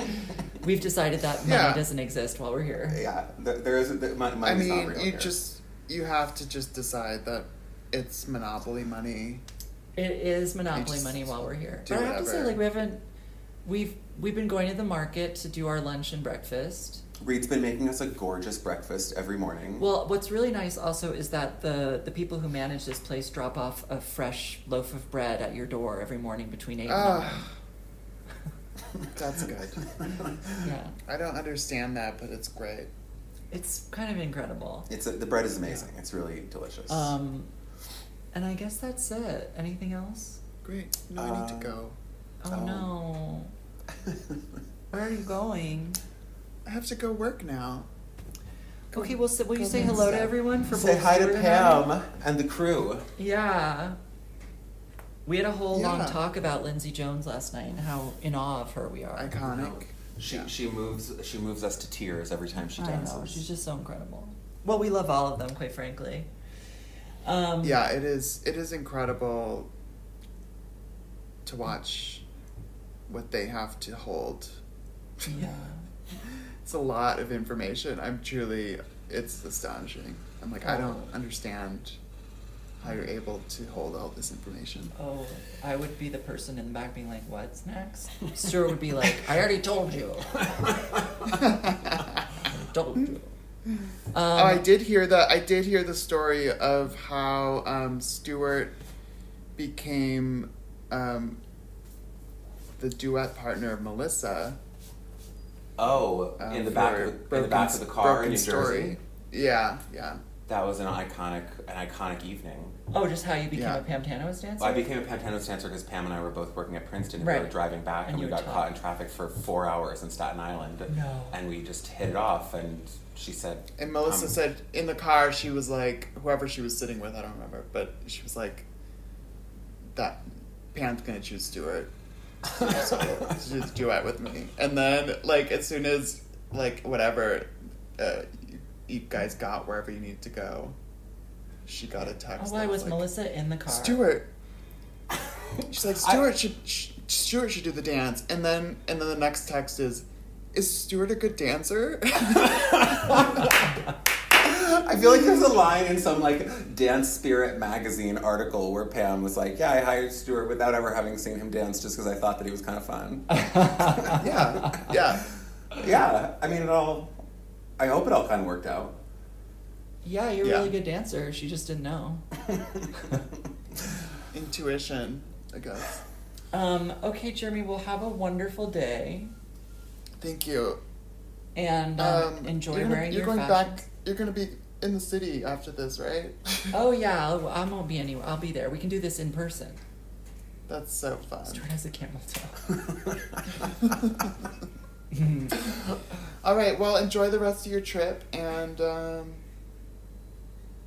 Speaker 2: We've decided that money
Speaker 1: Yeah.
Speaker 2: doesn't exist while we're here.
Speaker 3: Yeah, th- there is. Th- mon-
Speaker 1: I
Speaker 3: money's not
Speaker 1: mean,
Speaker 3: real
Speaker 1: you
Speaker 3: here.
Speaker 1: just you have to just decide that it's monopoly money.
Speaker 2: It is monopoly
Speaker 1: just
Speaker 2: money while we're here.
Speaker 1: do
Speaker 2: But I have to say,
Speaker 1: whatever.
Speaker 2: like we haven't, we've we've been going to the market to do our lunch and breakfast.
Speaker 3: Reed's been making us a gorgeous breakfast every morning.
Speaker 2: Well, what's really nice also is that the the people who manage this place drop off a fresh loaf of bread at your door every morning between eight and nine.
Speaker 1: Ah, that's good.
Speaker 2: Yeah,
Speaker 1: I don't understand that, but it's great.
Speaker 2: it's kind of incredible.
Speaker 3: It's a, the bread is amazing. It's really delicious.
Speaker 2: Um, and I guess that's it. Anything else?
Speaker 1: Great. No, I need
Speaker 3: Uh,
Speaker 1: to go.
Speaker 2: Oh,
Speaker 3: Oh.
Speaker 2: no, where are you going?
Speaker 1: I have to go work now.
Speaker 2: Okay, well, so, will you
Speaker 1: go
Speaker 2: say
Speaker 1: do
Speaker 2: hello to
Speaker 1: stuff.
Speaker 2: everyone for
Speaker 3: Say
Speaker 2: both
Speaker 3: hi to
Speaker 2: Stuart and I?
Speaker 3: Pam and the crew.
Speaker 2: Yeah. We had a whole long
Speaker 1: Yeah.
Speaker 2: talk about Lindsey Jones last night and how in awe of her we
Speaker 3: uh,
Speaker 2: are.
Speaker 1: Iconic.
Speaker 3: She
Speaker 1: Yeah.
Speaker 3: she moves she moves us to tears every time she
Speaker 2: I
Speaker 3: dances.
Speaker 2: know, she's just so incredible. Well, we love all of them, quite frankly. Um,
Speaker 1: Yeah, it is. It is incredible to watch what they have to hold.
Speaker 2: Yeah.
Speaker 1: It's a lot of information. I'm truly. It's astonishing. I'm like, I don't understand how you're able to hold all this information.
Speaker 2: Oh, I would be the person in the back being like, what's next? Stuart would be like, I already told you. told you. Um,
Speaker 1: oh, I did hear the I did hear the story of how um, Stewart became um, the duet partner of Melissa.
Speaker 3: Oh,
Speaker 1: uh,
Speaker 3: in the back
Speaker 1: for
Speaker 3: of the, in the
Speaker 1: Broken-
Speaker 3: back of the car in
Speaker 1: Broken
Speaker 3: New
Speaker 1: Story.
Speaker 3: Jersey.
Speaker 1: Yeah, yeah.
Speaker 3: That was an iconic an iconic evening.
Speaker 2: Oh, just how you became
Speaker 1: Yeah.
Speaker 2: a Pam Tano's dancer?
Speaker 3: Well, I became a Pantano dancer because Pam and I were both working at Princeton. and We
Speaker 2: Right.
Speaker 3: were driving back
Speaker 2: And
Speaker 3: and,
Speaker 2: you
Speaker 3: we
Speaker 2: were
Speaker 3: got
Speaker 2: tired.
Speaker 3: caught in traffic for four hours in Staten Island.
Speaker 2: No.
Speaker 3: And we just hit it off. And she said,
Speaker 1: And Melissa
Speaker 3: um,
Speaker 1: said in the car she was like whoever she was sitting with, I don't remember, but she was like that Pan's gonna choose Stewart. So she's a duet with me. And then like as soon as like whatever uh, you, you guys got wherever you need to go, she got a
Speaker 2: Oh,
Speaker 1: text.
Speaker 2: why
Speaker 1: that
Speaker 2: was
Speaker 1: like,
Speaker 2: Melissa in the car?
Speaker 1: Stuart. She's like,
Speaker 3: I-
Speaker 1: Stuart should sh- Stuart should do the dance, and then and then the next text is, is Stuart a good dancer?
Speaker 3: I feel like there's a line in some like Dance Spirit magazine article where Pam was like, "Yeah, I hired Stuart without ever having seen him dance, just because I thought that he was kind of fun."
Speaker 1: yeah, yeah.
Speaker 3: yeah, I mean, it all. I hope it all kind of worked out.
Speaker 2: Yeah, you're a
Speaker 1: Yeah.
Speaker 2: really good dancer. She just didn't know.
Speaker 1: Intuition, I guess.
Speaker 2: Um, okay, Jeremy, well, have a wonderful day
Speaker 1: Thank you.
Speaker 2: and um,
Speaker 1: Um,
Speaker 2: enjoy
Speaker 1: you're gonna-
Speaker 2: wearing
Speaker 1: You're
Speaker 2: your
Speaker 1: going
Speaker 2: fashions.
Speaker 1: back. You're going to be in the city after this, right?
Speaker 2: Oh, yeah, I'll, I won't be anywhere. I'll be there. We can do this in person.
Speaker 1: That's so fun.
Speaker 2: Stuart has a camel toe.
Speaker 1: All right. Well, enjoy the rest of your trip, and um,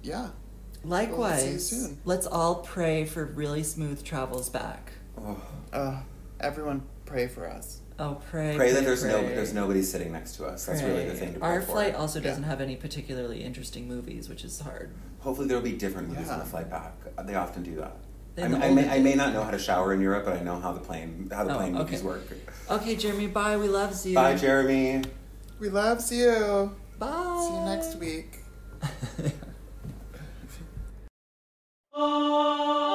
Speaker 1: yeah,
Speaker 2: Likewise,
Speaker 1: soon.
Speaker 2: let's all pray for really smooth travels back.
Speaker 3: Oh,
Speaker 1: uh, everyone pray for us.
Speaker 2: Oh, pray.
Speaker 3: pray that there's no
Speaker 2: pray.
Speaker 3: there's nobody sitting next to us. That's really the
Speaker 2: Pray.
Speaker 3: thing to pray
Speaker 2: Our
Speaker 3: for.
Speaker 2: flight also
Speaker 1: Yeah.
Speaker 2: doesn't have any particularly interesting movies, which is hard.
Speaker 3: Hopefully, there will be different movies on
Speaker 1: Yeah.
Speaker 3: the flight back. They often do that.
Speaker 2: They
Speaker 3: I, mean,
Speaker 2: know.
Speaker 3: I may I may not know how to shower in Europe, but I know how the plane how the
Speaker 2: Oh,
Speaker 3: plane
Speaker 2: okay.
Speaker 3: movies work.
Speaker 2: Okay, Jeremy, bye. We love you.
Speaker 3: Bye, Jeremy.
Speaker 1: We loves you.
Speaker 2: Bye.
Speaker 1: See you next week.
Speaker 2: week.